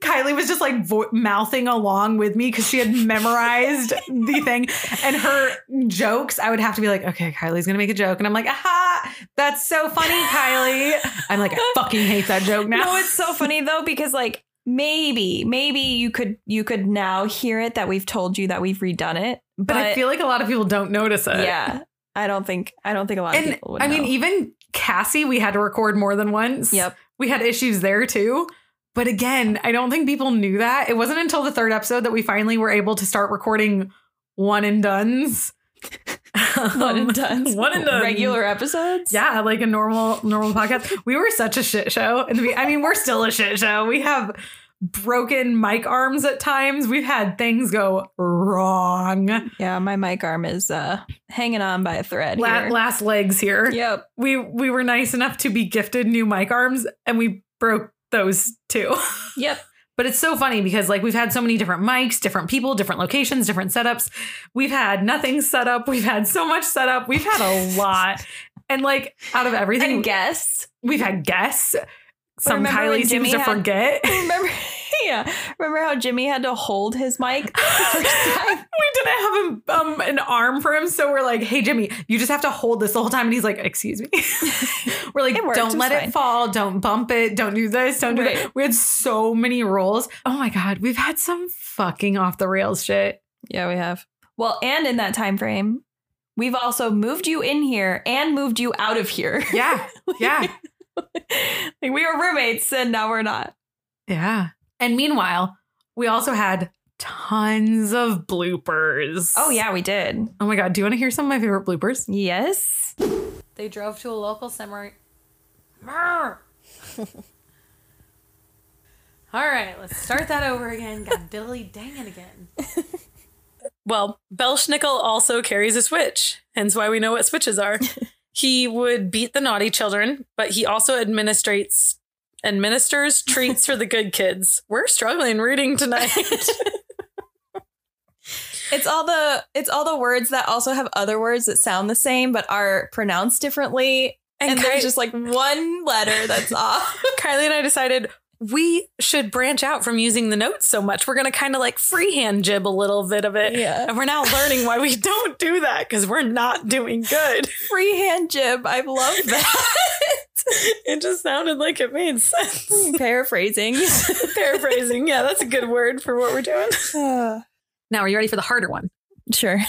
[SPEAKER 2] Kylie was just like vo- mouthing along with me cuz she had memorized the thing and her jokes. I would have to be like, "Okay, Kylie's going to make a joke." And I'm like, "Aha, that's so funny, Kylie." I'm like, "I fucking hate that joke now."
[SPEAKER 1] no it's so funny though because like maybe maybe you could you could now hear it that we've told you that we've redone it but,
[SPEAKER 2] but I feel like a lot of people don't notice it.
[SPEAKER 1] yeah I don't think I don't think a lot of
[SPEAKER 2] And
[SPEAKER 1] people would
[SPEAKER 2] I mean,
[SPEAKER 1] know.
[SPEAKER 2] even Cassie, we had to record more than once.
[SPEAKER 1] yep
[SPEAKER 2] we had issues there too. But again, I don't think people knew that. It wasn't until the third episode that we finally were able to start recording one and done's.
[SPEAKER 1] [LAUGHS] one and done
[SPEAKER 2] [LAUGHS] one and done.
[SPEAKER 1] regular episodes
[SPEAKER 2] Yeah, like a normal normal podcast. We were such a shit show. in the be- I mean, we're still a shit show. We have broken mic arms at times. We've had things go wrong.
[SPEAKER 1] yeah my mic arm is uh hanging on by a thread
[SPEAKER 2] La-
[SPEAKER 1] here.
[SPEAKER 2] last legs here.
[SPEAKER 1] yep
[SPEAKER 2] We we were nice enough to be gifted new mic arms and we broke those too. [LAUGHS]
[SPEAKER 1] yep
[SPEAKER 2] But it's so funny because like we've had so many different mics, different people, different locations, different setups. We've had nothing set up. We've had so much set up. We've had [LAUGHS] a lot. And like out of everything,
[SPEAKER 1] and guess
[SPEAKER 2] we've had guests. Some
[SPEAKER 1] remember when
[SPEAKER 2] Kylie
[SPEAKER 1] Jimmy
[SPEAKER 2] seems to
[SPEAKER 1] had-
[SPEAKER 2] [LAUGHS] forget.
[SPEAKER 1] Remember, [LAUGHS] yeah. Remember how Jimmy had to hold his mic the [LAUGHS] first time?
[SPEAKER 2] we didn't have a, um, an arm for him, so we're like, "Hey Jimmy, you just have to hold this the whole time." And he's like, "Excuse me." [LAUGHS] we're
[SPEAKER 1] [LAUGHS]
[SPEAKER 2] like,
[SPEAKER 1] It worked.
[SPEAKER 2] "Don't
[SPEAKER 1] It's
[SPEAKER 2] let it
[SPEAKER 1] fine."
[SPEAKER 2] fall. Don't bump it. Don't do this. Don't do
[SPEAKER 1] Right.
[SPEAKER 2] that." We had so many rules. Oh my god, we've had some fucking off the rails shit.
[SPEAKER 1] Yeah, we have. Well, and in that time frame, we've also moved you in here and moved you out of here. [LAUGHS]
[SPEAKER 2] [LAUGHS] Yeah, yeah.
[SPEAKER 1] like we were roommates, and now we're not.
[SPEAKER 2] Yeah. And meanwhile, we also had tons of bloopers.
[SPEAKER 1] Oh yeah, we did.
[SPEAKER 2] Oh my God. Do you want to hear some of my favorite bloopers?
[SPEAKER 1] Yes.
[SPEAKER 2] They drove to a local [LAUGHS] cemetery. All right, let's start that over again. [LAUGHS] God diddly dang it again. well, Belschnickel also carries a switch, hence why we know what
[SPEAKER 1] [LAUGHS]
[SPEAKER 2] switches are. he would beat the naughty children, but he also administrates
[SPEAKER 1] [LAUGHS]
[SPEAKER 2] administers treats for the good kids. We're struggling reading tonight.
[SPEAKER 1] It's all the it's all the words that also have other words that sound the same but are pronounced differently. [LAUGHS] And,
[SPEAKER 2] And, Ky-
[SPEAKER 1] there's just like one letter that's off.
[SPEAKER 2] Kylie and I decided we should branch out from using the notes so much. We're going to kind of like freehand jib a little bit of it.
[SPEAKER 1] [LAUGHS] Yeah.
[SPEAKER 2] And we're now learning why we don't do that because we're not doing good.
[SPEAKER 1] Freehand jib. I love [LAUGHS] that.
[SPEAKER 2] [LAUGHS] it just sounded like it
[SPEAKER 1] Hmm.
[SPEAKER 2] made
[SPEAKER 1] [LAUGHS]
[SPEAKER 2] sense.
[SPEAKER 1] Paraphrasing. [SIGHS]
[SPEAKER 2] [LAUGHS] Paraphrasing. Yeah, that's a good word for what we're doing. Now, are you ready for the harder one?
[SPEAKER 1] sure.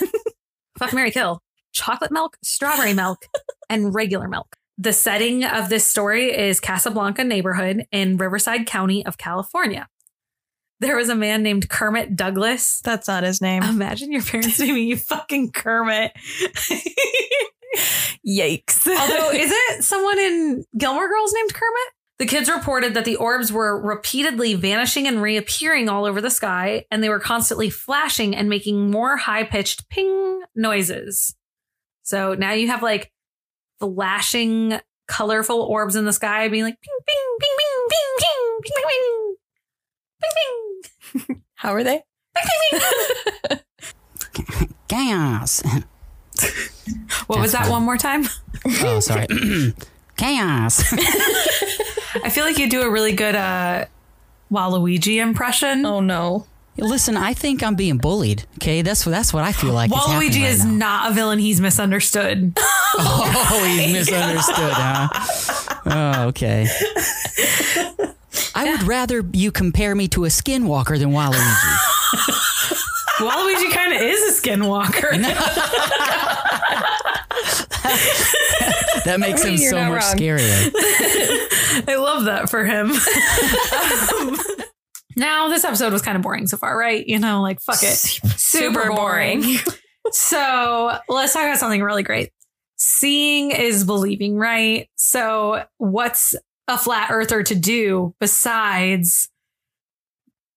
[SPEAKER 2] Fuck Mary Kill. Chocolate milk, strawberry milk, and regular milk. The setting of this story is Casablanca neighborhood in Riverside County of California. There was a man named Kermit Douglas.
[SPEAKER 1] That's not his name.
[SPEAKER 2] Imagine your parents [LAUGHS] naming you fucking Kermit.
[SPEAKER 1] [LAUGHS] Yikes.
[SPEAKER 2] Although,
[SPEAKER 1] [LAUGHS]
[SPEAKER 2] is it someone in Gilmore Girls named Kermit? The kids reported that the orbs were repeatedly vanishing and reappearing all over the sky, and they were constantly flashing and making more high pitched ping noises. So now you have like flashing, colorful orbs in the sky being like ping, ping, ping, ping, ping, ping, ping, ping, ping, ping, ping.
[SPEAKER 1] [LAUGHS] How are they?
[SPEAKER 3] Chaos. [LAUGHS]
[SPEAKER 2] What was that one more [LAUGHS] time?
[SPEAKER 1] [CLEARS THROAT]
[SPEAKER 3] Oh, sorry. Chaos. [LAUGHS]
[SPEAKER 4] I feel like you do a really good uh, Waluigi impression.
[SPEAKER 1] Oh no.
[SPEAKER 3] Listen, I think I'm being bullied. Okay, that's that's what I feel like. is happening
[SPEAKER 4] Waluigi
[SPEAKER 3] right
[SPEAKER 4] is
[SPEAKER 3] now.
[SPEAKER 4] not a villain. He's misunderstood.
[SPEAKER 3] [LAUGHS] Oh, he's misunderstood,
[SPEAKER 1] [LAUGHS]
[SPEAKER 3] huh? Oh, okay. I would rather you compare me to a skinwalker than Waluigi.
[SPEAKER 4] Waluigi kind of is a skinwalker.
[SPEAKER 2] [LAUGHS]
[SPEAKER 3] That makes
[SPEAKER 1] [LAUGHS] I mean,
[SPEAKER 3] him
[SPEAKER 1] you're
[SPEAKER 3] so
[SPEAKER 1] not
[SPEAKER 3] much
[SPEAKER 1] wrong.
[SPEAKER 3] scarier.
[SPEAKER 4] I love that for
[SPEAKER 1] [LAUGHS]
[SPEAKER 4] him.
[SPEAKER 2] Um, Now, this episode was kind of boring so far, right? You know, like fuck it.
[SPEAKER 1] Super boring. [LAUGHS]
[SPEAKER 2] so let's talk about something really great. Seeing is believing, right? So, what's a flat earther to do besides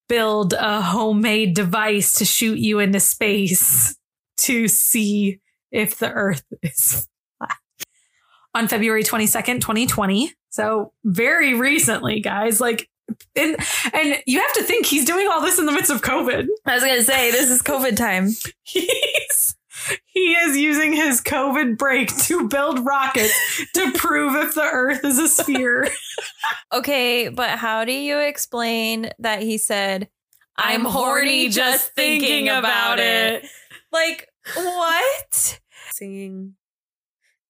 [SPEAKER 2] build a homemade device to shoot you into space to see if the earth is flat? On February 22nd, 2020. So, very recently, guys, like, and, and you have to think he's doing all this in the midst of COVID. [LAUGHS]
[SPEAKER 1] I was gonna say this is COVID time.
[SPEAKER 2] He's he is using his COVID break to build rockets to prove if the Earth is
[SPEAKER 4] [LAUGHS]
[SPEAKER 2] a sphere.
[SPEAKER 1] Okay, but how do you explain that he said I'm horny just thinking about it. Like what?
[SPEAKER 2] Singing,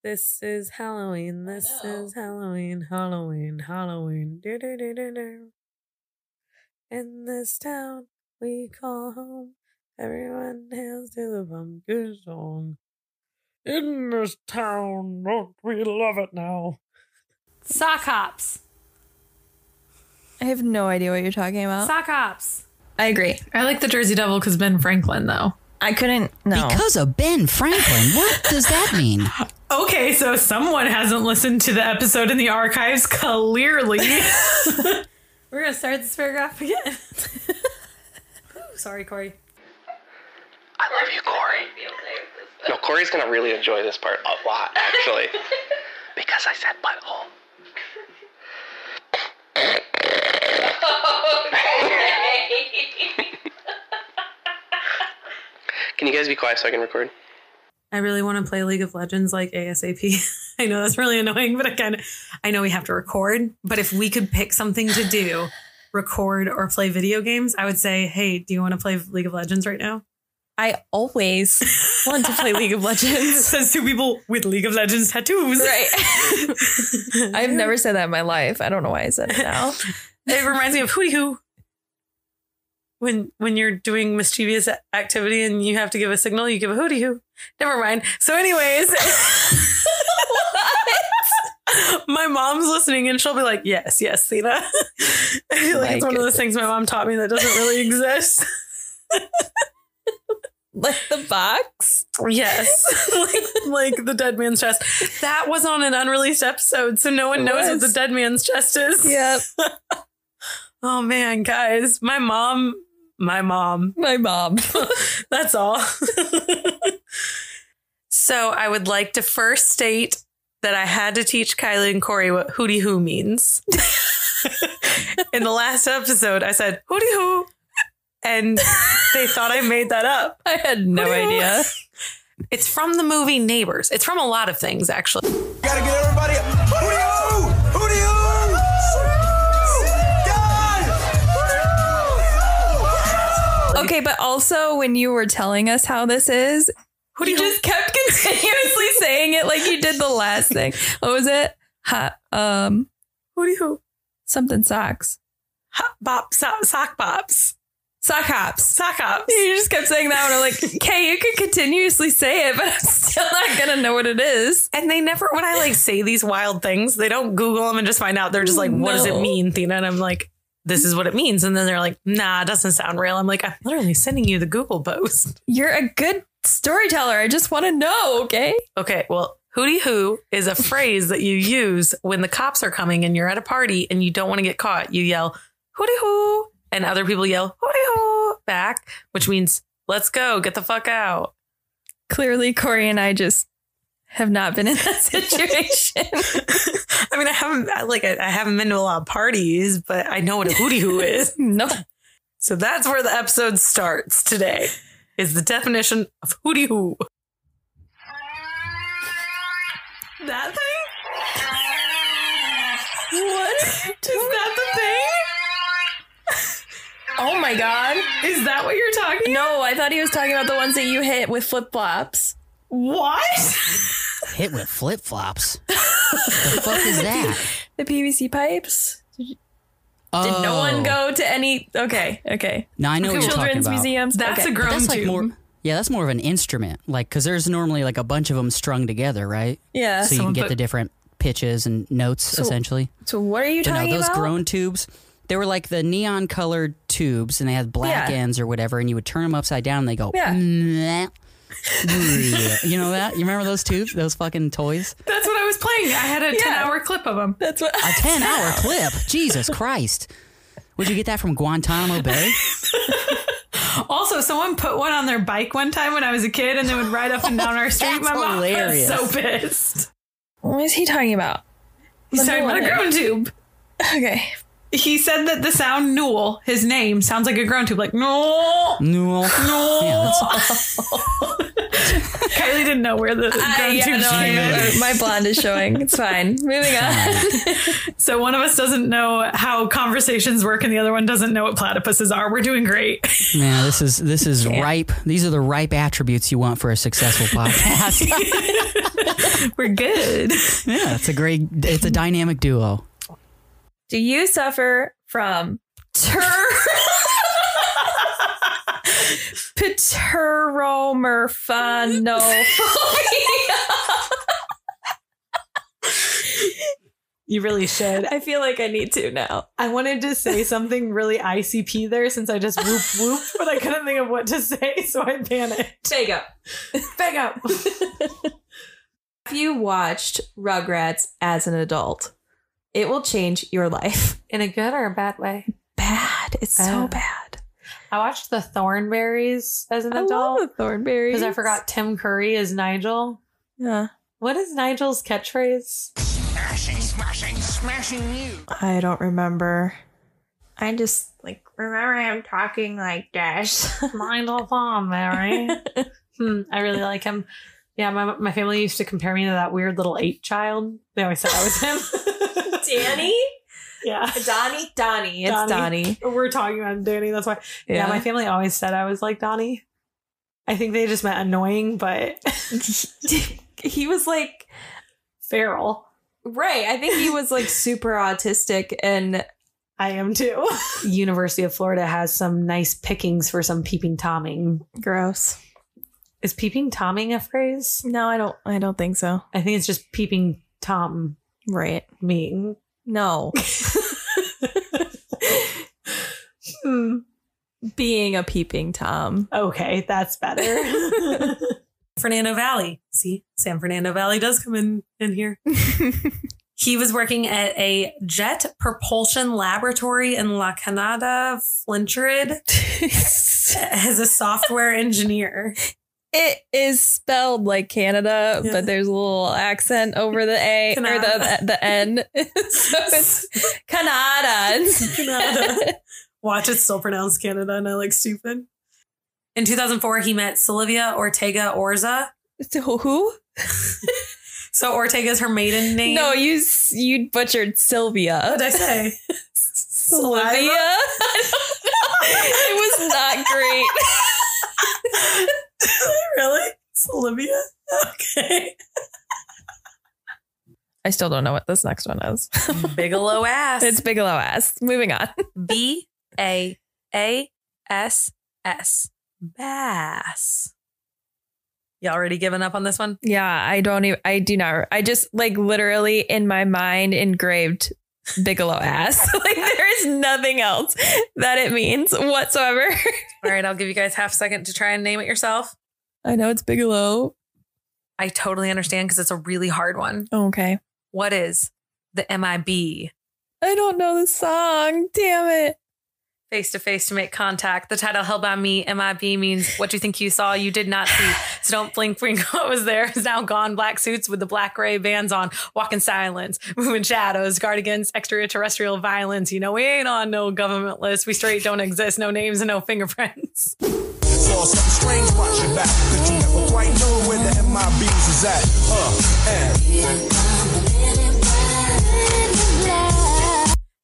[SPEAKER 2] "This is Halloween. This
[SPEAKER 1] know.
[SPEAKER 2] is Halloween. Halloween. Halloween. Do do do do do. In this town we call home, everyone hails to the pumpkin song. In this town, don't we love it now?" Sock hops.
[SPEAKER 1] I have no idea what you're talking about.
[SPEAKER 2] Sock [LAUGHS] hops.
[SPEAKER 1] I agree.
[SPEAKER 4] I like the Jersey Devil because Ben Franklin, though.
[SPEAKER 1] I couldn't [LAUGHS] no.
[SPEAKER 3] Because of Ben Franklin. What does that mean?
[SPEAKER 4] Okay, so someone hasn't listened to the episode in the archives,
[SPEAKER 2] [LAUGHS]
[SPEAKER 4] clearly.
[SPEAKER 2] We're gonna start this paragraph again. Ooh, Sorry, Corey.
[SPEAKER 5] I love you, Corey. No, Corey's gonna really enjoy this part a lot, actually. because I said butthole. can you guys be quiet so I can record?
[SPEAKER 2] I really want to play League of Legends like ASAP. [LAUGHS] I know that's really annoying, but I kind of I know we have to record. But if we could pick something to do, record or play video games, I would say, hey, do you want to play League of Legends right now?
[SPEAKER 1] I always want to play League of
[SPEAKER 2] [LAUGHS]
[SPEAKER 1] Legends.
[SPEAKER 4] Says two people with League of Legends tattoos.
[SPEAKER 1] [LAUGHS] Right. [LAUGHS] I've never said that in my life. I don't know why I said it [LAUGHS] now.
[SPEAKER 4] It reminds me of Hootie Hoo.
[SPEAKER 2] When when you're doing mischievous activity and you have to give a signal, you give a hootie hoo. Never mind. So, anyways, [LAUGHS] my mom's listening and she'll be [LAUGHS] like, "Yes, yes, Sina." I feel like
[SPEAKER 1] My
[SPEAKER 2] it's one of those things my mom taught me that doesn't really [LAUGHS] exist.
[SPEAKER 1] Like the box.
[SPEAKER 2] Yes. [LAUGHS] like, like the dead man's chest. That was on an unreleased episode, so no one
[SPEAKER 1] It
[SPEAKER 2] knows
[SPEAKER 1] was.
[SPEAKER 2] what the dead man's chest is.
[SPEAKER 1] Yep.
[SPEAKER 2] Oh man, guys. My mom, my mom.
[SPEAKER 1] My mom. [LAUGHS]
[SPEAKER 2] That's all. [LAUGHS] so I would like to first state that I had to teach Kylie and Corey what hootie hoo [LAUGHS] means. In the last episode, I said hootie hoo. And they thought I made that up.
[SPEAKER 6] I had no
[SPEAKER 2] [LAUGHS]
[SPEAKER 6] idea. it's from the movie Neighbors. It's from a lot of things, actually.
[SPEAKER 7] Gotta get everybody. Who do you? Who do you? Done.
[SPEAKER 1] Okay, but also when you were telling us how this is,
[SPEAKER 6] Who do
[SPEAKER 1] you
[SPEAKER 6] you
[SPEAKER 1] just kept continuously [LAUGHS] saying it like you did the last thing. What was it? Hot, um,
[SPEAKER 2] Who do you?
[SPEAKER 1] something socks,
[SPEAKER 2] Hot bop, so- sock bops,
[SPEAKER 1] sock hops.
[SPEAKER 2] sock hops.
[SPEAKER 1] You just kept saying that, and I'm like, [LAUGHS] okay, you could continuously say it, but I'm still not gonna know what it is.
[SPEAKER 2] And they never, when I like say these wild things, they don't Google them and just find out. They're just like, what does it
[SPEAKER 1] No.
[SPEAKER 2] mean, Tina? And I'm like, this is what it means. And then they're like, nah, it doesn't sound real. I'm like, I'm literally sending you the Google post. [LAUGHS]
[SPEAKER 1] You're a good storyteller. I just want to know. Okay,
[SPEAKER 2] Okay, well, hootie hoo is a phrase that you use when the cops are coming and you're at a party and you don't want to get caught. You yell, hootie hoo. And other people yell, hootie hoo back, which means, let's go, get the fuck out.
[SPEAKER 1] clearly Corey and I just have not been in that [LAUGHS] situation.
[SPEAKER 2] [LAUGHS] I mean, I haven't, I- like, I, I haven't been to a lot of parties, but I know what a hootie
[SPEAKER 6] [LAUGHS]
[SPEAKER 2] hoo is.
[SPEAKER 1] no,
[SPEAKER 2] So that's where the episode starts today. Is the definition of hootie hoo. That thing? What? Is that the thing? Oh my god. Is that what you're talking
[SPEAKER 1] no, I thought he was talking about the ones that you hit with flip flops.
[SPEAKER 2] What?
[SPEAKER 3] Hit with flip flops. the fuck is that?
[SPEAKER 1] The PVC pipes? [LAUGHS]
[SPEAKER 3] Oh,
[SPEAKER 1] Did no one go to any? Okay, okay.
[SPEAKER 3] No, I know what you're talking
[SPEAKER 1] Children's
[SPEAKER 3] about.
[SPEAKER 1] museums.
[SPEAKER 2] That's
[SPEAKER 1] okay.
[SPEAKER 2] a grown
[SPEAKER 3] That's like
[SPEAKER 2] tube.
[SPEAKER 3] more. Yeah, that's more of an instrument, like because there's normally like a bunch of them strung together, right?
[SPEAKER 1] yeah.
[SPEAKER 3] so you can
[SPEAKER 2] someone
[SPEAKER 3] get
[SPEAKER 2] put-
[SPEAKER 3] the different pitches and notes essentially.
[SPEAKER 1] So what are you
[SPEAKER 3] But no,
[SPEAKER 1] talking
[SPEAKER 3] those
[SPEAKER 1] about?
[SPEAKER 3] grown tubes, they were like the neon colored tubes, and they had black
[SPEAKER 1] Yeah.
[SPEAKER 3] ends or whatever, and you would turn them upside down, and they go.
[SPEAKER 1] Yeah.
[SPEAKER 3] "Mwah." [LAUGHS] you know that? You remember those tubes? Those fucking toys?
[SPEAKER 6] That's what I was playing. I had a 10 hour clip of them.
[SPEAKER 1] That's what. [LAUGHS]
[SPEAKER 3] A ten hour clip. Jesus Christ! Would you get that from Guantanamo
[SPEAKER 1] [LAUGHS]
[SPEAKER 3] Bay?
[SPEAKER 6] Also, someone put one on their bike one time when I was a kid and they would ride up and down our street.
[SPEAKER 3] That's
[SPEAKER 6] My mom was
[SPEAKER 3] hilarious.
[SPEAKER 6] so pissed.
[SPEAKER 1] what is he talking about?
[SPEAKER 6] He's
[SPEAKER 1] Let me
[SPEAKER 6] talking about a grown
[SPEAKER 1] look.
[SPEAKER 6] tube.
[SPEAKER 1] Okay.
[SPEAKER 6] He said that the sound Newell, his name, sounds like a grown tube. Like, no.
[SPEAKER 3] No, no.
[SPEAKER 6] Kylie didn't know where the grown
[SPEAKER 1] yeah,
[SPEAKER 6] tube
[SPEAKER 1] no,
[SPEAKER 6] came in.
[SPEAKER 1] I- uh, my blonde is showing. It's fine. Moving on.
[SPEAKER 6] So one of us doesn't know how conversations work and the other one doesn't know what platypuses are. We're doing
[SPEAKER 2] [LAUGHS]
[SPEAKER 6] great.
[SPEAKER 3] Man, this is this is ripe. These are the ripe attributes you want for a successful
[SPEAKER 6] [LAUGHS]
[SPEAKER 3] podcast.
[SPEAKER 6] We're good.
[SPEAKER 3] yeah, it's a great. It's a dynamic duo.
[SPEAKER 1] Do you suffer [LAUGHS] from ter- pteromerphanophobia?
[SPEAKER 2] You really should.
[SPEAKER 1] I feel like I need to now.
[SPEAKER 2] I wanted to say something really ICP there since I just whoop whoop, but I couldn't think of what to say, so I panicked.
[SPEAKER 1] Take up. [LAUGHS]
[SPEAKER 2] Back up.
[SPEAKER 1] If you watched Rugrats as an adult, it will change your life.
[SPEAKER 2] In a good or a bad way.
[SPEAKER 1] Bad. It's so
[SPEAKER 2] Oh.
[SPEAKER 1] bad.
[SPEAKER 2] I watched the Thornberries as an
[SPEAKER 1] I
[SPEAKER 2] adult
[SPEAKER 1] love the Thornberry.
[SPEAKER 2] because I forgot Tim Curry is Nigel.
[SPEAKER 1] Yeah.
[SPEAKER 2] What is Nigel's catchphrase?
[SPEAKER 1] I don't remember. I just like remember him talking like this. [LAUGHS]
[SPEAKER 2] Nigel Thornberry. hmm, I really like him. Yeah, my, my family used to compare me to that weird little ape child. They always said I was him.
[SPEAKER 1] [LAUGHS]
[SPEAKER 2] [LAUGHS]
[SPEAKER 1] Danny?
[SPEAKER 2] yeah.
[SPEAKER 1] Donnie? Donnie. It's Donnie.
[SPEAKER 2] Donnie. [LAUGHS] We're talking about Danny, that's why.
[SPEAKER 1] Yeah.
[SPEAKER 2] Yeah. my family always said I was like Donnie. I think they just meant annoying, but
[SPEAKER 1] he was like,
[SPEAKER 2] feral.
[SPEAKER 1] right. I think he was like super autistic and
[SPEAKER 2] I am too. University of Florida has some nice pickings for some peeping tomming.
[SPEAKER 1] gross.
[SPEAKER 2] Is peeping tomming a phrase?
[SPEAKER 1] No, I don't. I don't think so.
[SPEAKER 2] I think it's just peeping tom
[SPEAKER 1] Right.
[SPEAKER 2] meeting.
[SPEAKER 1] No. Being a peeping [LAUGHS] Tom.
[SPEAKER 2] Okay, that's
[SPEAKER 1] [LAUGHS]
[SPEAKER 2] better. [LAUGHS] Fernando Valley. See, San Fernando Valley does come in in here. he was working at a jet propulsion laboratory in La Canada, [LAUGHS] Flintrid, as a software engineer.
[SPEAKER 1] It is spelled like Canada,
[SPEAKER 2] Yeah.
[SPEAKER 1] but there's a little accent over the A or the
[SPEAKER 2] Canada.
[SPEAKER 1] the N. [LAUGHS] so
[SPEAKER 2] [LAUGHS]
[SPEAKER 1] [LAUGHS] it's Canada.
[SPEAKER 2] Canada. Watch it's still pronounced Canada, and I like stupid. In 2004, he met Sylvia Ortega Orza.
[SPEAKER 1] [LAUGHS] So who?
[SPEAKER 2] So Ortega is her [LAUGHS] maiden name.
[SPEAKER 1] No, you s- you butchered Sylvia.
[SPEAKER 2] What did I [LAUGHS] say?
[SPEAKER 1] Sylvia. [LAUGHS] it was not great.
[SPEAKER 2] [LAUGHS] really? Olivia? Okay.
[SPEAKER 1] [LAUGHS] I still don't know what this next one is.
[SPEAKER 2] Bigelow ass.
[SPEAKER 1] It's Bigelow ass. Moving on. [LAUGHS]
[SPEAKER 2] B A A S S. Bass. You already given up on this one?
[SPEAKER 1] Yeah, I don't even. I do not. I just like literally in my mind engraved Bigelow ass. [LAUGHS] like there is nothing else that it means whatsoever. [LAUGHS]
[SPEAKER 2] All right, I'll give you guys half a second to try and name it yourself.
[SPEAKER 1] I know it's Bigelow.
[SPEAKER 2] I totally understand because it's a really hard one.
[SPEAKER 1] Oh, okay.
[SPEAKER 2] What is the MIB?
[SPEAKER 1] I don't know the song. Damn it.
[SPEAKER 2] Face to face to make contact. The title held by me, MIB, means what you think you saw, you did not [SIGHS] see. So don't blink, blink. [LAUGHS] What was there is now gone. Black suits with the black gray bands on, walk in silence, [LAUGHS] move in shadows, guard against extraterrestrial violence. You know, we ain't on no government list. We straight don't exist. No names and no fingerprints. [LAUGHS]
[SPEAKER 7] Saw something strange watch your back. Cause you never quite know where the MIBs is at. Uh, and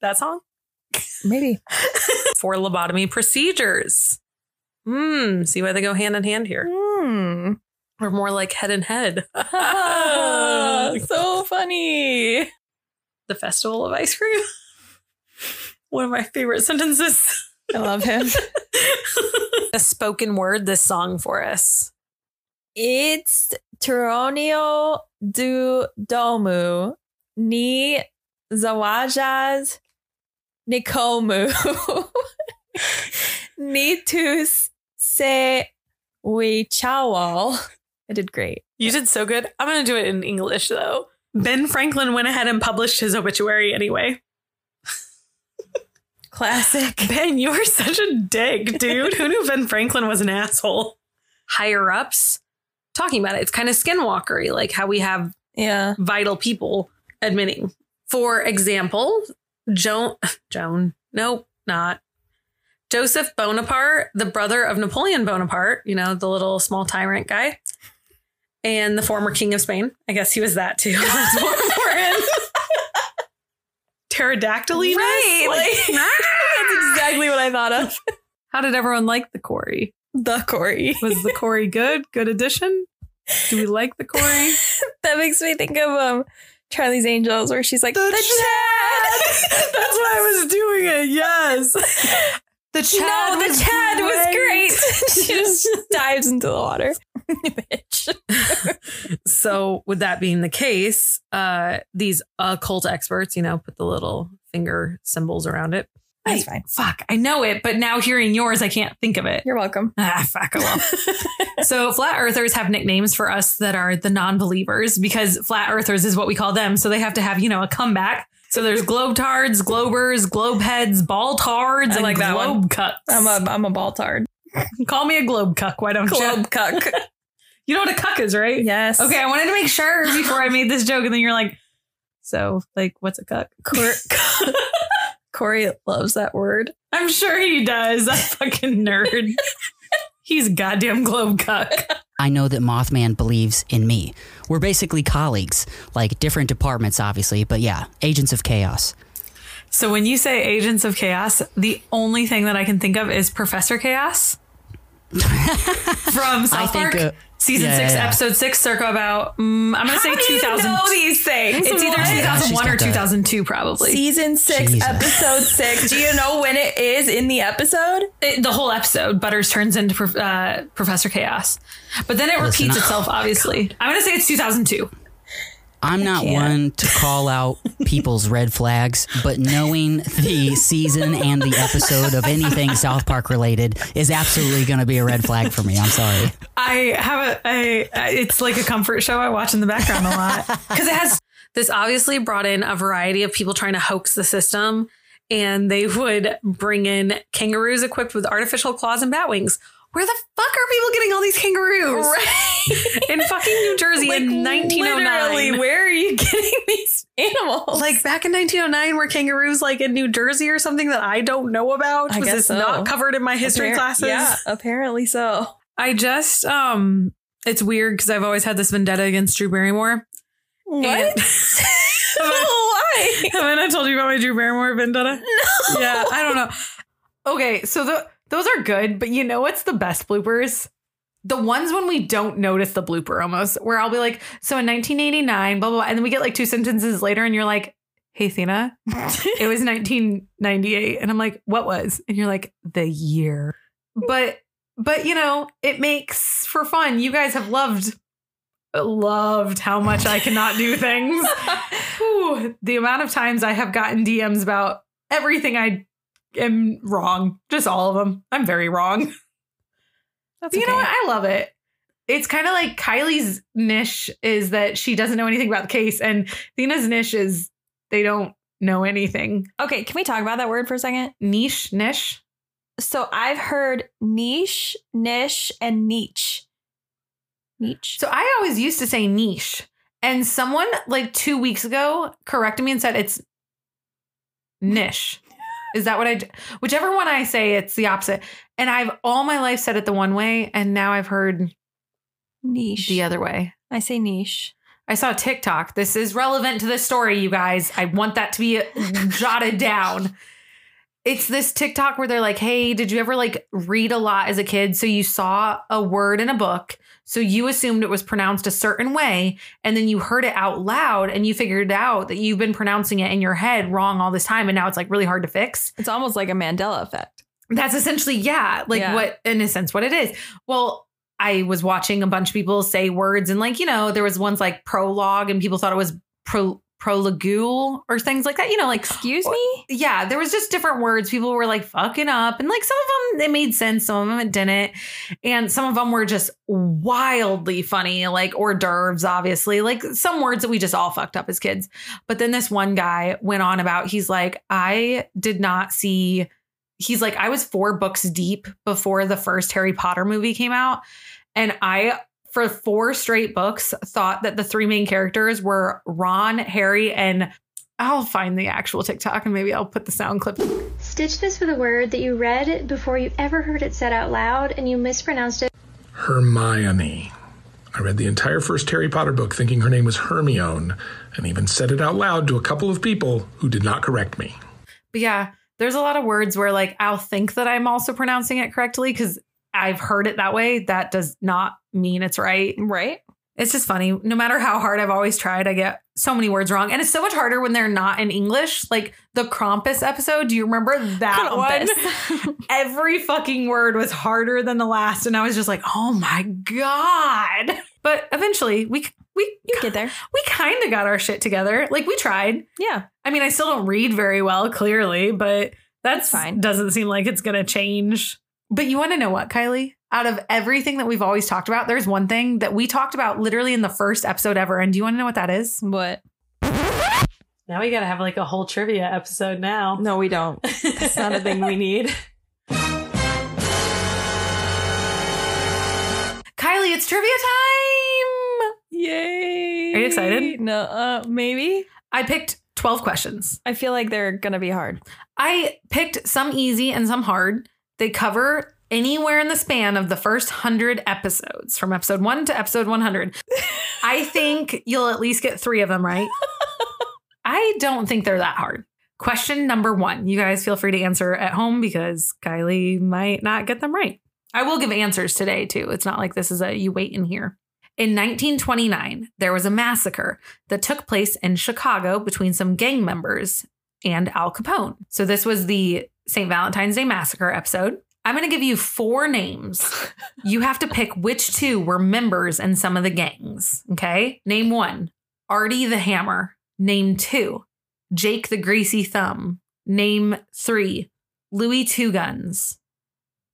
[SPEAKER 2] That song?
[SPEAKER 1] Maybe.
[SPEAKER 2] For lobotomy procedures. Hmm. See why they go hand in hand here.
[SPEAKER 1] Hmm.
[SPEAKER 2] Or more like head and head. [LAUGHS]
[SPEAKER 1] Ah,
[SPEAKER 2] the
[SPEAKER 1] so funny.
[SPEAKER 2] festival of ice cream. [LAUGHS] One of my favorite sentences. [LAUGHS]
[SPEAKER 1] I love him.
[SPEAKER 2] A spoken word, this song for us.
[SPEAKER 1] It's Tronio du Domu ni Zawajas Nikomu [LAUGHS] Nitus se Wichawal. I did great.
[SPEAKER 2] You did so good. I'm going to do it in English, though. Ben Franklin went ahead and published his obituary [LAUGHS] anyway.
[SPEAKER 1] Classic.
[SPEAKER 2] Ben, you are such a dick, dude. Who knew Ben Franklin was an asshole? Higher ups talking about it. It's kind of skinwalkery, like how we have
[SPEAKER 1] Yeah.
[SPEAKER 2] vital people admitting. For example, Joan, Joan, nope, not Joseph Bonaparte, the brother of Napoleon Bonaparte, you know, the little small tyrant guy, and the former king of Spain. I guess he was that too. [LAUGHS] That's more [LAUGHS] important. Pterodactyliness?
[SPEAKER 1] Right,
[SPEAKER 2] [LAUGHS] Like,
[SPEAKER 1] That's exactly what I thought of.
[SPEAKER 2] [LAUGHS] how did everyone like the Corey?
[SPEAKER 1] The Corey.
[SPEAKER 2] Was the Corey good? Good addition? Do we like the Corey?
[SPEAKER 1] That makes me think of um Charlie's Angels where she's like the, Chad.
[SPEAKER 2] That's why I was doing it. Yes. The Chad.
[SPEAKER 1] no, the
[SPEAKER 2] was
[SPEAKER 1] Chad was great. [LAUGHS] she just dives into the
[SPEAKER 2] [LAUGHS]
[SPEAKER 1] water. Bitch.
[SPEAKER 2] So, with that being the case, uh, these occult experts, you know, put the little finger symbols around it.
[SPEAKER 1] That's fine.
[SPEAKER 2] Fuck, I know it, but now hearing yours, I can't think of it.
[SPEAKER 1] You're welcome.
[SPEAKER 2] Ah, fuck, I
[SPEAKER 1] [LAUGHS]
[SPEAKER 2] will. so, flat earthers have nicknames for us that are the non believers because flat earthers is what we call them. So, they have to have, you know, a comeback. So, there's globetards, globers, globeheads, baldtards,
[SPEAKER 1] I
[SPEAKER 2] and
[SPEAKER 1] like that one.
[SPEAKER 2] globe cucks.
[SPEAKER 1] I'm a I'm a baltard.
[SPEAKER 2] Call me a globe cuck. Why don't you?
[SPEAKER 1] Globe cuck.
[SPEAKER 2] You know what a cuck is, right?
[SPEAKER 1] Yes.
[SPEAKER 2] Okay, I wanted to make sure before I made this joke, and then you're like, so like, what's a cuck? [LAUGHS]
[SPEAKER 1] Cor- Corey loves that word.
[SPEAKER 2] I'm sure he does. [LAUGHS] That fucking nerd. He's a goddamn globe cuck.
[SPEAKER 3] I know that Mothman believes in me. We're basically colleagues, like different departments, obviously, but yeah, agents of chaos.
[SPEAKER 2] So when you say agents of chaos, the only thing that I can think of is Professor [LAUGHS] Chaos from South
[SPEAKER 3] think,
[SPEAKER 2] Park,
[SPEAKER 3] uh,
[SPEAKER 2] season
[SPEAKER 3] yeah,
[SPEAKER 2] six,
[SPEAKER 3] yeah, yeah.
[SPEAKER 2] episode six. Circa about mm, I'm gonna say 2000.
[SPEAKER 1] these things.
[SPEAKER 2] it's either
[SPEAKER 3] she's
[SPEAKER 2] 2001 or
[SPEAKER 3] got the-
[SPEAKER 2] 2002, probably.
[SPEAKER 1] season six,
[SPEAKER 3] Jesus.
[SPEAKER 1] episode six. Do you know when it is in the episode?
[SPEAKER 2] it- the whole episode, Butters turns into Prof- uh, Professor Chaos, but then it
[SPEAKER 3] Listen,
[SPEAKER 2] repeats
[SPEAKER 3] I-
[SPEAKER 2] itself. Obviously, I'm going to say it's 2002.
[SPEAKER 3] I'm not one to
[SPEAKER 6] [LAUGHS]
[SPEAKER 3] call out people's red flags, but knowing the season and the episode of anything South Park related is absolutely going to be a red flag for me. I'm sorry.
[SPEAKER 2] I have a, I- I- it's like a comfort show I watch in the background a [LAUGHS] lot because it has this obviously brought in a variety of people trying to hoax the system, and they would bring in kangaroos equipped with artificial claws and bat wings. Where the fuck are people getting all these kangaroos?
[SPEAKER 1] [LAUGHS] Right.
[SPEAKER 2] [LAUGHS] In oh fucking New Jersey in 1909.
[SPEAKER 1] Literally, where are you [LAUGHS] getting these?
[SPEAKER 8] these animals?
[SPEAKER 9] Like back in 1909, were kangaroos like in New Jersey or something that I don't know about?
[SPEAKER 8] I
[SPEAKER 9] Was
[SPEAKER 8] guess
[SPEAKER 9] this
[SPEAKER 8] so.
[SPEAKER 9] not covered in my history
[SPEAKER 8] Appar-
[SPEAKER 9] classes?
[SPEAKER 8] Yeah, apparently so.
[SPEAKER 9] I just um it's weird because I've always had this vendetta against Drew Barrymore.
[SPEAKER 2] Oh
[SPEAKER 8] What?
[SPEAKER 1] [LAUGHS]
[SPEAKER 2] [LAUGHS]
[SPEAKER 8] Why?
[SPEAKER 9] Haven't I told you about my Drew Barrymore vendetta?
[SPEAKER 8] No.
[SPEAKER 9] Yeah, I don't know.
[SPEAKER 2] Okay, so the, those are good, but you know what's the best bloopers? The ones when we don't notice the blooper almost, where I'll be like, so in 1989, blah, blah, blah. And then we get like two sentences later and you're like, hey, Athena, [LAUGHS] it was 1998. And I'm like, what was? And you're like, the year. But, but you know, it makes for fun. You guys have loved, loved how much I cannot do things. Whew, the amount of times I have gotten DMs about everything I am wrong. Just all of them. I'm very wrong.
[SPEAKER 8] That's
[SPEAKER 2] you know what? I love it. It's kind of like Kylie's niche is that she doesn't know anything about the case, and Thena's niche is they don't know anything.
[SPEAKER 1] Okay, can we talk about that word for a second?
[SPEAKER 2] Niche, niche.
[SPEAKER 1] So I've heard niche, niche, and niche. Niche.
[SPEAKER 2] So I always used to say niche, and someone like two weeks ago corrected me and said it's niche. Is that what I? d- Whichever one I say, it's the opposite. And I've all my life said it the one way, and now I've heard
[SPEAKER 1] niche.
[SPEAKER 2] the other way.
[SPEAKER 1] I say niche.
[SPEAKER 2] I saw TikTok. This is relevant to this story, you guys. I want that to be jotted down. It's this TikTok where they're like, hey, did you ever like read a lot as a kid? So you saw a word in a book. So you assumed it was pronounced a certain way. And then you heard it out loud and you figured out that you've been pronouncing it in your head wrong all this time. And now it's like really hard to fix.
[SPEAKER 1] It's almost like a Mandela effect.
[SPEAKER 2] That's essentially, yeah, like
[SPEAKER 1] Yeah.
[SPEAKER 2] what, in a sense, what it is. Well, I was watching a bunch of people say words, and like, you know, there was ones like prologue, and people thought it was pro, prolegule or things like that, you know, like,
[SPEAKER 1] Excuse me?
[SPEAKER 2] yeah, there was just different words. People were like fucking up, and like some of them, it made sense, some of them, it didn't. And some of them were just wildly funny, like hors d'oeuvres, obviously, like some words that we just all fucked up as kids. But then this one guy went on about, he's like, I did not see, he's like, I was four books deep before the first Harry Potter movie came out. And I, for four straight books, thought that the three main characters were Ron, Harry, and I'll find the actual TikTok and maybe I'll put the sound clip.
[SPEAKER 10] Stitch this with a word that you read before you ever heard it said out loud and you mispronounced it
[SPEAKER 11] Hermione. I read the entire first Harry Potter book thinking her name was Hermione, and even said it out loud to a couple of people who did not correct me.
[SPEAKER 2] But yeah, there's a lot of words where like I'll think that I'm also pronouncing it correctly because I've heard it that way. That does not mean it's right.
[SPEAKER 1] Right?
[SPEAKER 2] It's just funny. No matter how hard I've always tried, I get so many words wrong. And it's so much harder when they're not in English. Like the Krampus episode, do you remember that one? [LAUGHS] Every fucking word was harder than the last. And I was just like, oh my God. But eventually we we
[SPEAKER 1] You get
[SPEAKER 2] [SIGHS]
[SPEAKER 1] there.
[SPEAKER 2] we kind of got our shit together. Like we tried.
[SPEAKER 1] Yeah.
[SPEAKER 2] I mean, I still don't read very well, clearly, but that's
[SPEAKER 1] That's fine.
[SPEAKER 2] Doesn't seem like it's going to change. But you want to know what, Kylie? Out of everything that we've always talked about, there's one thing that we talked about literally in the first episode ever. And do you want to know what that is?
[SPEAKER 1] What?
[SPEAKER 9] Now we gotta have like a whole trivia episode now.
[SPEAKER 8] No, we don't. That's not a thing we need.
[SPEAKER 2] Kylie, it's trivia time.
[SPEAKER 1] [LAUGHS] Yay.
[SPEAKER 2] Are you excited?
[SPEAKER 1] No, uh, maybe.
[SPEAKER 2] I picked 12 questions.
[SPEAKER 1] I feel like they're going to be hard.
[SPEAKER 2] I picked some easy and some hard. They cover anywhere in the span of the first 100 episodes from episode 1 to episode 100. I think you'll at least get 3 of them right. I don't think they're that hard. Question number 1. You guys feel free to answer at home because Kylie might not get them right. I will give answers today too. It's not like this is a you wait in here. In 1929, there was a massacre that took place in Chicago between some gang members and Al Capone. So this was the St. Valentine's Day Massacre episode. I'm going to give you four names. you have to pick which two were members in some of the gangs. Okay. Name one Artie the Hammer. Name two Jake the Greasy Thumb. Name three Louis Two Guns.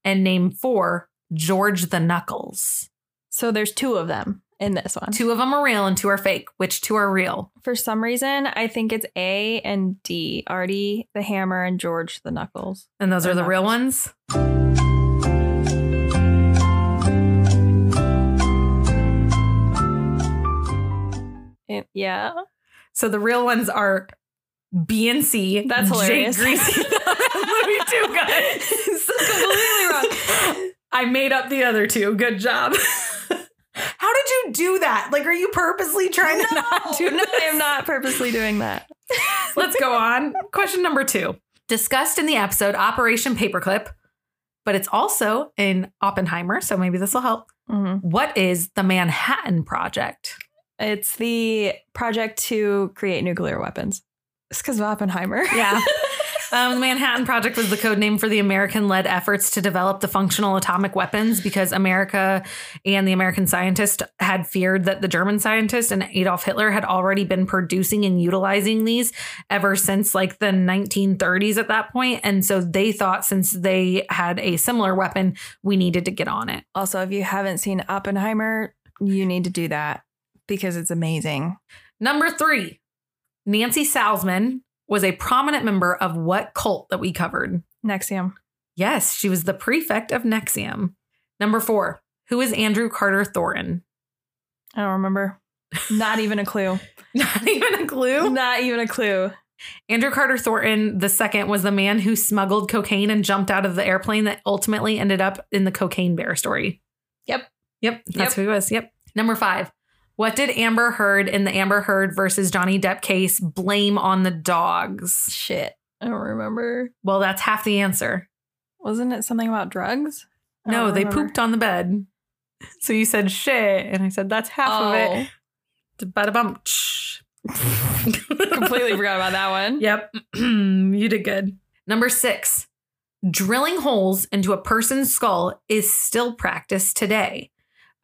[SPEAKER 2] And name four George the Knuckles.
[SPEAKER 1] So there's two of them in this one.
[SPEAKER 2] Two of them are real and two are fake. Which two are real?
[SPEAKER 1] For some reason, I think it's A and D. Artie the hammer and George the knuckles.
[SPEAKER 2] And those
[SPEAKER 1] They're
[SPEAKER 2] are the real
[SPEAKER 1] knuckles.
[SPEAKER 2] ones? [LAUGHS]
[SPEAKER 1] It- yeah.
[SPEAKER 2] So the real ones are B and C.
[SPEAKER 1] That's
[SPEAKER 2] Jake
[SPEAKER 1] hilarious.
[SPEAKER 2] Greasy, [LAUGHS] Louis Tuca. It's [LAUGHS] completely wrong. I made up the other two. Good job. [LAUGHS] How did you do that? Like, are you purposely trying to [LAUGHS] not do
[SPEAKER 1] no, I am not purposely doing that.
[SPEAKER 2] Let's go on. Question number two. Discussed in the episode Operation Paperclip, but it's also in Oppenheimer, so maybe this will help.
[SPEAKER 1] Mhm.
[SPEAKER 2] What is the Manhattan Project?
[SPEAKER 1] It's the project to create nuclear weapons. It's because of Oppenheimer.
[SPEAKER 2] Yeah. Um, the Manhattan Project was the code name for the American led efforts to develop the functional atomic weapons because America and the American scientists had feared that the German scientists and Adolf Hitler had already been producing and utilizing these ever since like the 1930s at that point. And so they thought since they had a similar weapon, we needed to get on it.
[SPEAKER 1] [LAUGHS] Also, if you haven't seen Oppenheimer, you need to do that because it's amazing.
[SPEAKER 2] Number three, Nancy Salzman was a prominent member of what cult that we covered?
[SPEAKER 1] Nexium.
[SPEAKER 2] Yes, she was the prefect of Nexium. Number four, who is Andrew Carter Thorin? [LAUGHS]
[SPEAKER 1] I don't remember. Not even a clue.
[SPEAKER 2] Not even a clue.
[SPEAKER 1] Not even a clue.
[SPEAKER 2] Andrew Carter Thornton the second was the man who smuggled cocaine and jumped out of the airplane that ultimately ended up in the cocaine bear story.
[SPEAKER 1] Yep.
[SPEAKER 2] Yep. That's
[SPEAKER 1] Yep.
[SPEAKER 2] who he was. Yep. Number five. What did Amber Heard in the Amber Heard versus Johnny Depp case blame on the dogs?
[SPEAKER 1] Shit. I don't remember.
[SPEAKER 2] Well, that's half the answer.
[SPEAKER 1] Wasn't it something about drugs? I
[SPEAKER 2] No,
[SPEAKER 1] don't
[SPEAKER 2] they
[SPEAKER 1] remember.
[SPEAKER 2] pooped on the bed. [LAUGHS] So you said shit, and I said that's half of it.
[SPEAKER 1] Oh,
[SPEAKER 2] Bada [LAUGHS] bump.
[SPEAKER 1] Oh, [LAUGHS] completely forgot about that one.
[SPEAKER 2] Yep. [CLEARS THROAT] you did good. Number six, drilling holes into a person's skull is still practiced today.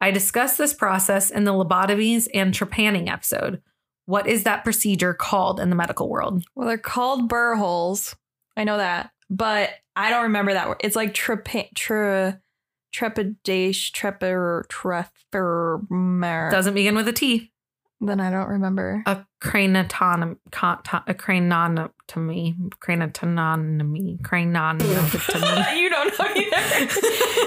[SPEAKER 2] I discussed this process in the lobotomies and trepanning episode. What is that procedure called in the medical world?
[SPEAKER 1] Well, they're called burr holes. I know that, but I don't remember that word. It's like trepa- tre- trepidation, trepor, trefer.
[SPEAKER 2] Doesn't begin with a T.
[SPEAKER 1] Then I don't
[SPEAKER 2] [LAUGHS]
[SPEAKER 1] remember. [LAUGHS]
[SPEAKER 2] A craniotonomy. con- to- A craniotomy. Craniotonomy. Craniotomy.
[SPEAKER 1] you don't know [LAUGHS]
[SPEAKER 2] [LAUGHS]
[SPEAKER 1] either.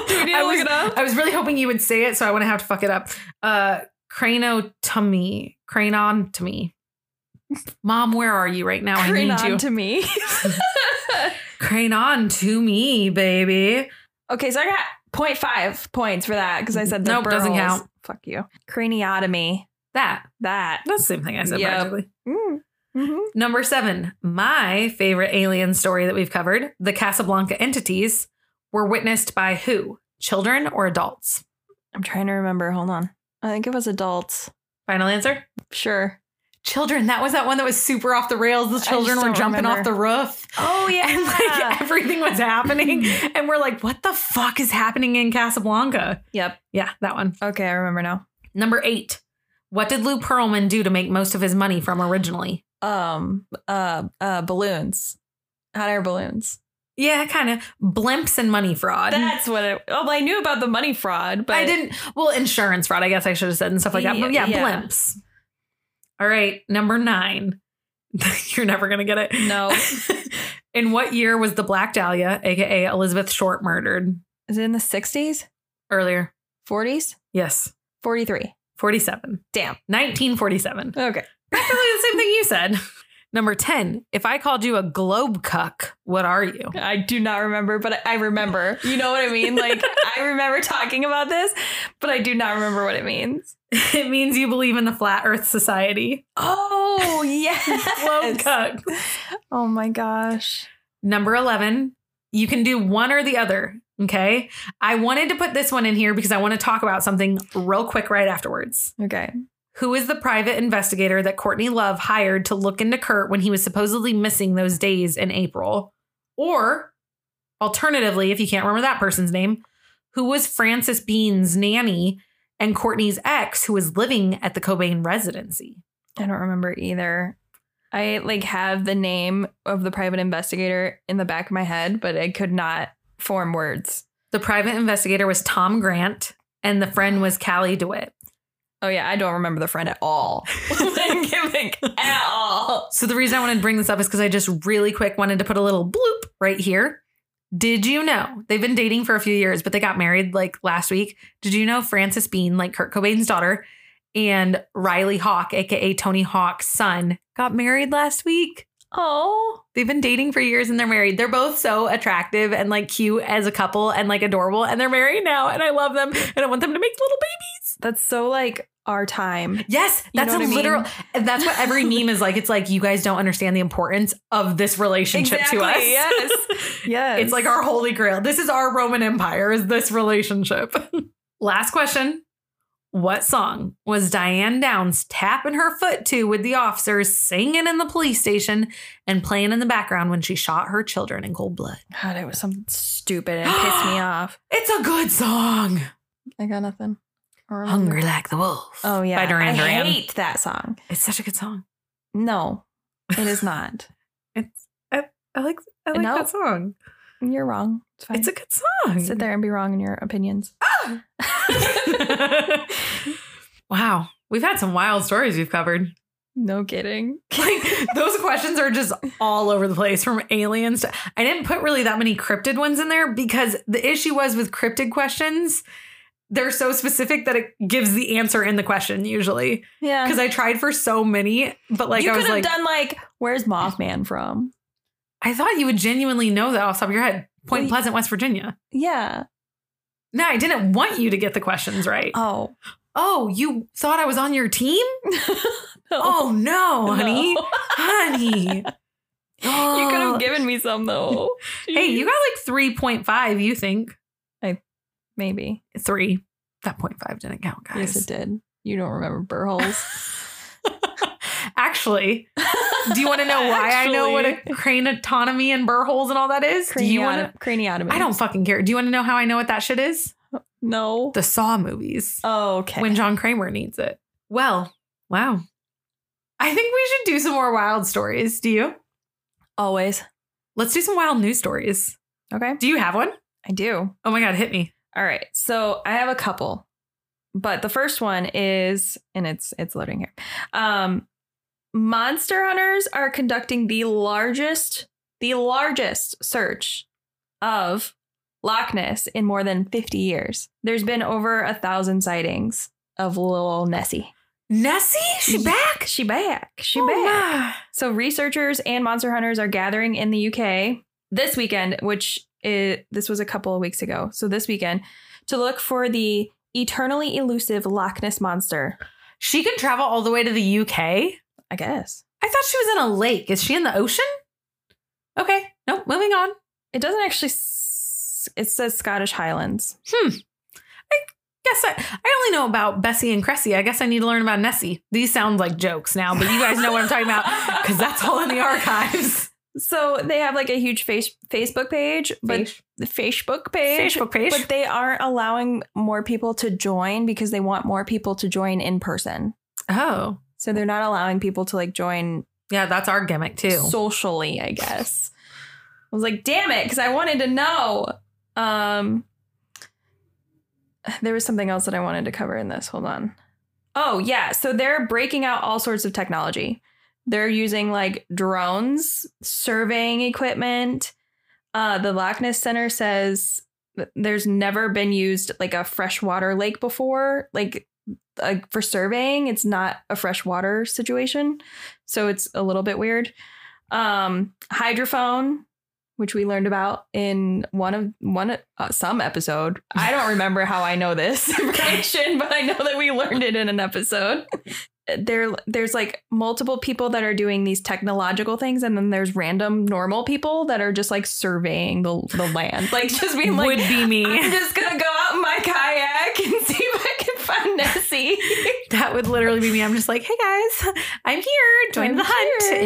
[SPEAKER 1] Do we need to
[SPEAKER 2] I
[SPEAKER 1] look
[SPEAKER 2] was-
[SPEAKER 1] it up?
[SPEAKER 2] I was really hoping you would say it, so I wouldn't have to fuck it up. Uh cranotomy. Cranotomy. Mom, where are you right now? I
[SPEAKER 1] Green
[SPEAKER 2] need
[SPEAKER 1] on
[SPEAKER 2] you.
[SPEAKER 1] to
[SPEAKER 2] [LAUGHS]
[SPEAKER 1] me. [LAUGHS]
[SPEAKER 2] Crane on to me, baby.
[SPEAKER 1] okay, so I got 0.5 points for that because I said the
[SPEAKER 2] Mm-hmm. Nope, doesn't
[SPEAKER 1] burls.
[SPEAKER 2] count.
[SPEAKER 1] Fuck you. Craniotomy.
[SPEAKER 2] That.
[SPEAKER 1] That.
[SPEAKER 2] That's the same thing I said
[SPEAKER 1] Yep.
[SPEAKER 2] practically.
[SPEAKER 1] Mm. Mhm.
[SPEAKER 2] Number seven, my favorite alien story that we've covered, the Casablanca entities, were witnessed by who? Children or adults?
[SPEAKER 1] I'm trying to remember. Hold on. I think it was adults.
[SPEAKER 2] Final answer?
[SPEAKER 1] Sure.
[SPEAKER 2] Children. That was that one that was super off the rails. The
[SPEAKER 1] just
[SPEAKER 2] children were
[SPEAKER 1] don't
[SPEAKER 2] jumping
[SPEAKER 1] remember.
[SPEAKER 2] off the roof.
[SPEAKER 1] Oh, [LAUGHS]
[SPEAKER 2] [LAUGHS] and like everything was [LAUGHS] happening and we're like what the fuck is happening in casablanca
[SPEAKER 1] yep.
[SPEAKER 2] yeah that one
[SPEAKER 1] Okay, I remember now.
[SPEAKER 2] number eight what did lou pearlman do to make most of his money from originally
[SPEAKER 1] um uh uh balloons hot air balloons
[SPEAKER 2] yeah kind of blimps and money fraud
[SPEAKER 1] that's what it oh well, i knew about the money fraud but
[SPEAKER 2] [LAUGHS] i didn't well insurance fraud i guess i should have said and stuff like that but yeah,
[SPEAKER 1] Yeah.
[SPEAKER 2] blimps all right number nine [LAUGHS] you're never gonna get it
[SPEAKER 1] no
[SPEAKER 2] [LAUGHS] in what year was the black dahlia aka elizabeth short murdered
[SPEAKER 1] is it in the 60s
[SPEAKER 2] earlier
[SPEAKER 1] 40s
[SPEAKER 2] yes
[SPEAKER 1] 43
[SPEAKER 2] 47
[SPEAKER 1] Damn.
[SPEAKER 2] 1947
[SPEAKER 1] okay
[SPEAKER 2] Practically the same thing you said. Number 10, if I called you a globe cuck, what are you?
[SPEAKER 1] i do not remember but i remember you know what i mean [LAUGHS] like i remember talking about this but i do not remember what it means
[SPEAKER 2] [LAUGHS] It means you believe in the flat earth society.
[SPEAKER 1] [LAUGHS] oh
[SPEAKER 2] Globe
[SPEAKER 1] yes
[SPEAKER 2] cuck.
[SPEAKER 1] oh my gosh
[SPEAKER 2] Number 11, you can do one or the other. Okay. I wanted to put this one in here because I want to talk about something real quick right afterwards.
[SPEAKER 1] okay
[SPEAKER 2] Who is the private investigator that Courtney Love hired to look into Kurt when he was supposedly missing those days in April? Or alternatively, if you can't remember that person's name, who was Frances Bean's nanny and Courtney's ex who was living at the Cobain residency?
[SPEAKER 1] i don't remember either i like have the name of the private investigator in the back of my head but i could not form words
[SPEAKER 2] The private investigator was Tom Grant and the friend was Callie DeWitt.
[SPEAKER 1] Oh yeah, I don't remember the friend at all. [LAUGHS] Like, gimmick at all.
[SPEAKER 2] So the reason I wanted to bring this up is because I just really quick wanted to put a little bloop right here. Did you know they've been dating for a few years, but they got married like last week? Did you know Frances Bean, like Kurt Cobain's daughter, and Riley Hawk, aka Tony Hawk's son, got married last week.
[SPEAKER 1] Oh,
[SPEAKER 2] They've been dating for years and they're married. They're both so attractive and like cute as a couple and like adorable and they're married now and I love them and I want them to make little babies.
[SPEAKER 1] that's so like our time.
[SPEAKER 2] Yes,
[SPEAKER 1] You
[SPEAKER 2] that's
[SPEAKER 1] know
[SPEAKER 2] a
[SPEAKER 1] what I mean?
[SPEAKER 2] literal and that's what
[SPEAKER 1] [LAUGHS]
[SPEAKER 2] every meme is like. It's like you guys don't understand the importance of this relationship to us.
[SPEAKER 1] Exactly, yes. Yes.
[SPEAKER 2] [LAUGHS] It's like our holy grail. This is our Roman Empire, is this relationship. [LAUGHS] Last question. What song was Diane Downs tapping her foot to with the officers singing in the police station and playing in the background when she shot her children in cold blood?
[SPEAKER 1] God, it was something stupid and it pissed
[SPEAKER 2] [GASPS]
[SPEAKER 1] me off.
[SPEAKER 2] It's a good song.
[SPEAKER 1] I got nothing. I don't remember.
[SPEAKER 2] Hungry Like the Wolf.
[SPEAKER 1] Oh yeah,
[SPEAKER 2] By Duran Duran.
[SPEAKER 1] I hate that song.
[SPEAKER 2] It's such a good [LAUGHS] song.
[SPEAKER 1] No, it is
[SPEAKER 2] [LAUGHS]
[SPEAKER 1] not.
[SPEAKER 2] It's I, I like I
[SPEAKER 1] No.
[SPEAKER 2] song.
[SPEAKER 1] You're wrong. It's fine.
[SPEAKER 2] good song.
[SPEAKER 1] Sit there and be wrong in your opinions.
[SPEAKER 2] Ah! [LAUGHS] wow. We've had some wild stories
[SPEAKER 1] [LAUGHS]
[SPEAKER 2] we've covered.
[SPEAKER 1] No kidding.
[SPEAKER 2] Like those questions are just all over the place from aliens to I didn't put really that many cryptid ones in there because the issue was with cryptid questions, they're so specific that it gives the answer in the question usually.
[SPEAKER 1] Yeah,
[SPEAKER 2] Because I tried for so many, but
[SPEAKER 1] Uh-huh.
[SPEAKER 2] like
[SPEAKER 1] you
[SPEAKER 2] I
[SPEAKER 1] could
[SPEAKER 2] was
[SPEAKER 1] have
[SPEAKER 2] like,
[SPEAKER 1] done like, "Where's Mothman from?"
[SPEAKER 2] I thought you would genuinely know that off the top of your head. Point
[SPEAKER 1] Well,
[SPEAKER 2] Pleasant, West Virginia.
[SPEAKER 1] Yeah.
[SPEAKER 2] No, I didn't want you to get the questions right.
[SPEAKER 1] Oh. [LAUGHS]
[SPEAKER 2] oh, you thought I was on your team?
[SPEAKER 1] [LAUGHS]
[SPEAKER 2] Oh no,
[SPEAKER 1] No. [LAUGHS]
[SPEAKER 2] honey. honey.
[SPEAKER 1] you could
[SPEAKER 2] Oh.
[SPEAKER 1] have given me some though.
[SPEAKER 2] [LAUGHS] Hey, you
[SPEAKER 1] Jeez.
[SPEAKER 2] got like 3.5, you think?
[SPEAKER 1] maybe.
[SPEAKER 2] Three. That 0.5 didn't count, guys.
[SPEAKER 1] Yes, it did. You don't remember [LAUGHS] Burholes.
[SPEAKER 2] [LAUGHS] Actually, [LAUGHS] do you want to know why I know what a crane autonomy and burr holes and all that is? Do you want to?
[SPEAKER 1] craniotomy?
[SPEAKER 2] I don't fucking care. Do you want to know how I know what that shit is?
[SPEAKER 1] know.
[SPEAKER 2] The Saw movies.
[SPEAKER 1] Oh, okay.
[SPEAKER 2] when John Kramer needs it. Well, wow. I think we should do some more wild stories. Do you?
[SPEAKER 1] Always.
[SPEAKER 2] Let's do some wild news stories.
[SPEAKER 1] Okay.
[SPEAKER 2] Do you have one?
[SPEAKER 1] I do.
[SPEAKER 2] Oh my God, hit me.
[SPEAKER 1] All right. So I have a couple. But the first one is and it's it's loading here. Um Monster hunters are conducting the largest the largest search of Loch Ness in more than 50 years. There's been over a thousand sightings of little Nessie.
[SPEAKER 2] Nessie? She back?
[SPEAKER 1] She back. She
[SPEAKER 2] Oh,
[SPEAKER 1] back.
[SPEAKER 2] wow.
[SPEAKER 1] So researchers and monster hunters are gathering in the UK this weekend, which i- this was a couple of weeks ago. So this weekend to look for the eternally elusive Loch Ness monster.
[SPEAKER 2] She can travel all the way to the UK. I
[SPEAKER 1] I guess
[SPEAKER 2] thought she was in a lake. Is she in the ocean? Okay. Nope. Moving on.
[SPEAKER 1] it doesn't actually. s- It says Scottish Highlands.
[SPEAKER 2] Guess I, I only know about Bessie and Cressy. I guess I need to learn about Nessie. These sound like jokes now, but you guys know what I'm talking about because that's all in
[SPEAKER 1] [LAUGHS]
[SPEAKER 2] the archives.
[SPEAKER 1] So they have like a huge face Facebook page, but the Facebook page.
[SPEAKER 2] Facebook page.
[SPEAKER 1] But they aren't allowing more people to join because they want more people to join in person.
[SPEAKER 2] oh,
[SPEAKER 1] So they're not allowing people to like join
[SPEAKER 2] yeah, that's our gimmick too.
[SPEAKER 1] socially, I guess. I was like, damn it, because I wanted to know. Um there was something else that I wanted to cover in this. Hold on. Oh, yeah. So they're breaking out all sorts of technology. They're using like drones, surveying equipment. Uh, the Loch Ness Center says th- there's never been used like a freshwater lake before. Like uh, for surveying, it's not a freshwater situation. So it's a little bit weird. Um, hydrophone, which we learned about in one of one uh, some episode. I don't remember how I know this [LAUGHS] information, but I know that we learned it in an episode. Uh, There, there's like multiple people that are doing these technological things, and then there's random normal people that are just like surveying the the land, like just being like,
[SPEAKER 2] Would be me. [LAUGHS]
[SPEAKER 1] I'm just gonna go out in my kayak and [LAUGHS] see if I can find Nessie.
[SPEAKER 2] That would literally be me. I'm just like, hey guys, [LAUGHS] I'm here. Join
[SPEAKER 1] I'm
[SPEAKER 2] the hunt.
[SPEAKER 1] here.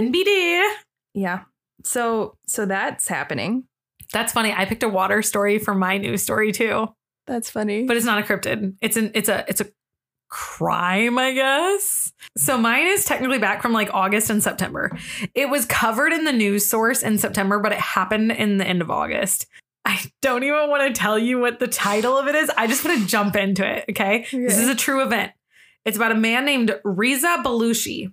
[SPEAKER 2] NBD.
[SPEAKER 1] yeah. So, so that's happening.
[SPEAKER 2] That's funny. I picked a water story for my news story too,
[SPEAKER 1] That's funny.
[SPEAKER 2] but it's not a cryptid. It's an it's a it's a crime, I guess. So mine is technically back from like August and September. It was covered in the news source in September, but it happened in the end of August. I don't even want to tell you what the title of it is. I just want to jump into it. Okay. This
[SPEAKER 1] Okay.
[SPEAKER 2] is a true event. It's about a man named Riza Belushi.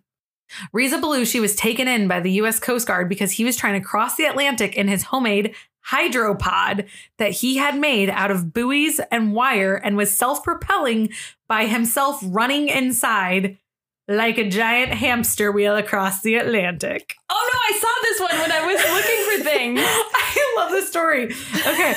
[SPEAKER 2] Riza Belushi was taken in by the U.S. Coast Guard because he was trying to cross the Atlantic in his homemade hydropod that he had made out of buoys and wire and was self propelling by himself running inside like a giant hamster wheel across the Atlantic.
[SPEAKER 1] Oh no, I saw this one when I was looking for things.
[SPEAKER 2] [LAUGHS] I love this story. Okay.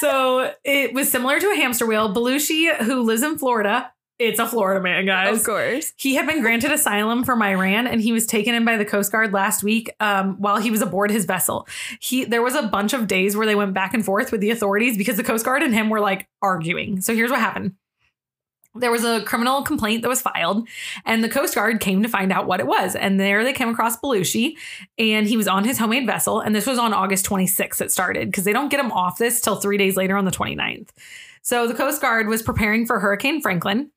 [SPEAKER 2] so it was similar to a hamster wheel. Belushi, who lives in Florida, it's a Florida man, guys.
[SPEAKER 1] Of [LAUGHS] course.
[SPEAKER 2] He had been granted asylum from Iran and he was taken in by the Coast Guard last week um, while he was aboard his vessel. He there was a bunch of days where they went back and forth with the authorities because the Coast Guard and him were like arguing. So here's what happened. There was a criminal complaint that was filed, and the Coast Guard came to find out what it was. And there they came across Belushi, and he was on his homemade vessel. And this was on August 26th, it started because they don't get him off this till three days later on the 29th. So the Coast Guard was preparing for Hurricane Franklin,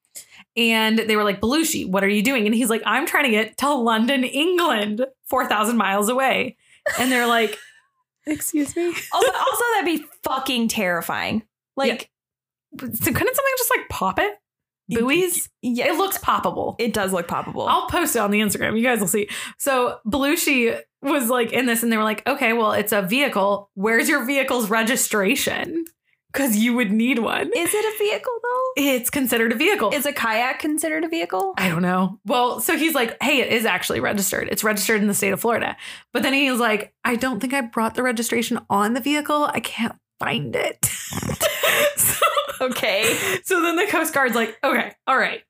[SPEAKER 2] and they were like, Belushi, what are you doing? And he's like, I'm trying to get to London, England, 4,000 miles away. And they're like,
[SPEAKER 1] [LAUGHS] Excuse me. Oh, but also that'd be fucking terrifying. Like,
[SPEAKER 2] so couldn't something just like pop it? Buoys?
[SPEAKER 1] yeah,
[SPEAKER 2] It looks poppable.
[SPEAKER 1] it does look poppable.
[SPEAKER 2] I'll post it on the Instagram. You guys will see. So Belushi was like in this, and they were like, okay, well, it's a vehicle. Where's your vehicle's registration? Because you would need one.
[SPEAKER 1] Is it a vehicle though?
[SPEAKER 2] It's considered a vehicle.
[SPEAKER 1] Is a kayak considered a vehicle?
[SPEAKER 2] I don't know. Well, so he's like, hey, it is actually registered. It's registered in the state of Florida. But then he's like, I don't think I brought the registration on the vehicle. I can't find it. [LAUGHS] so,
[SPEAKER 1] [LAUGHS] Okay.
[SPEAKER 2] so then the Coast Guard's like, okay, all right.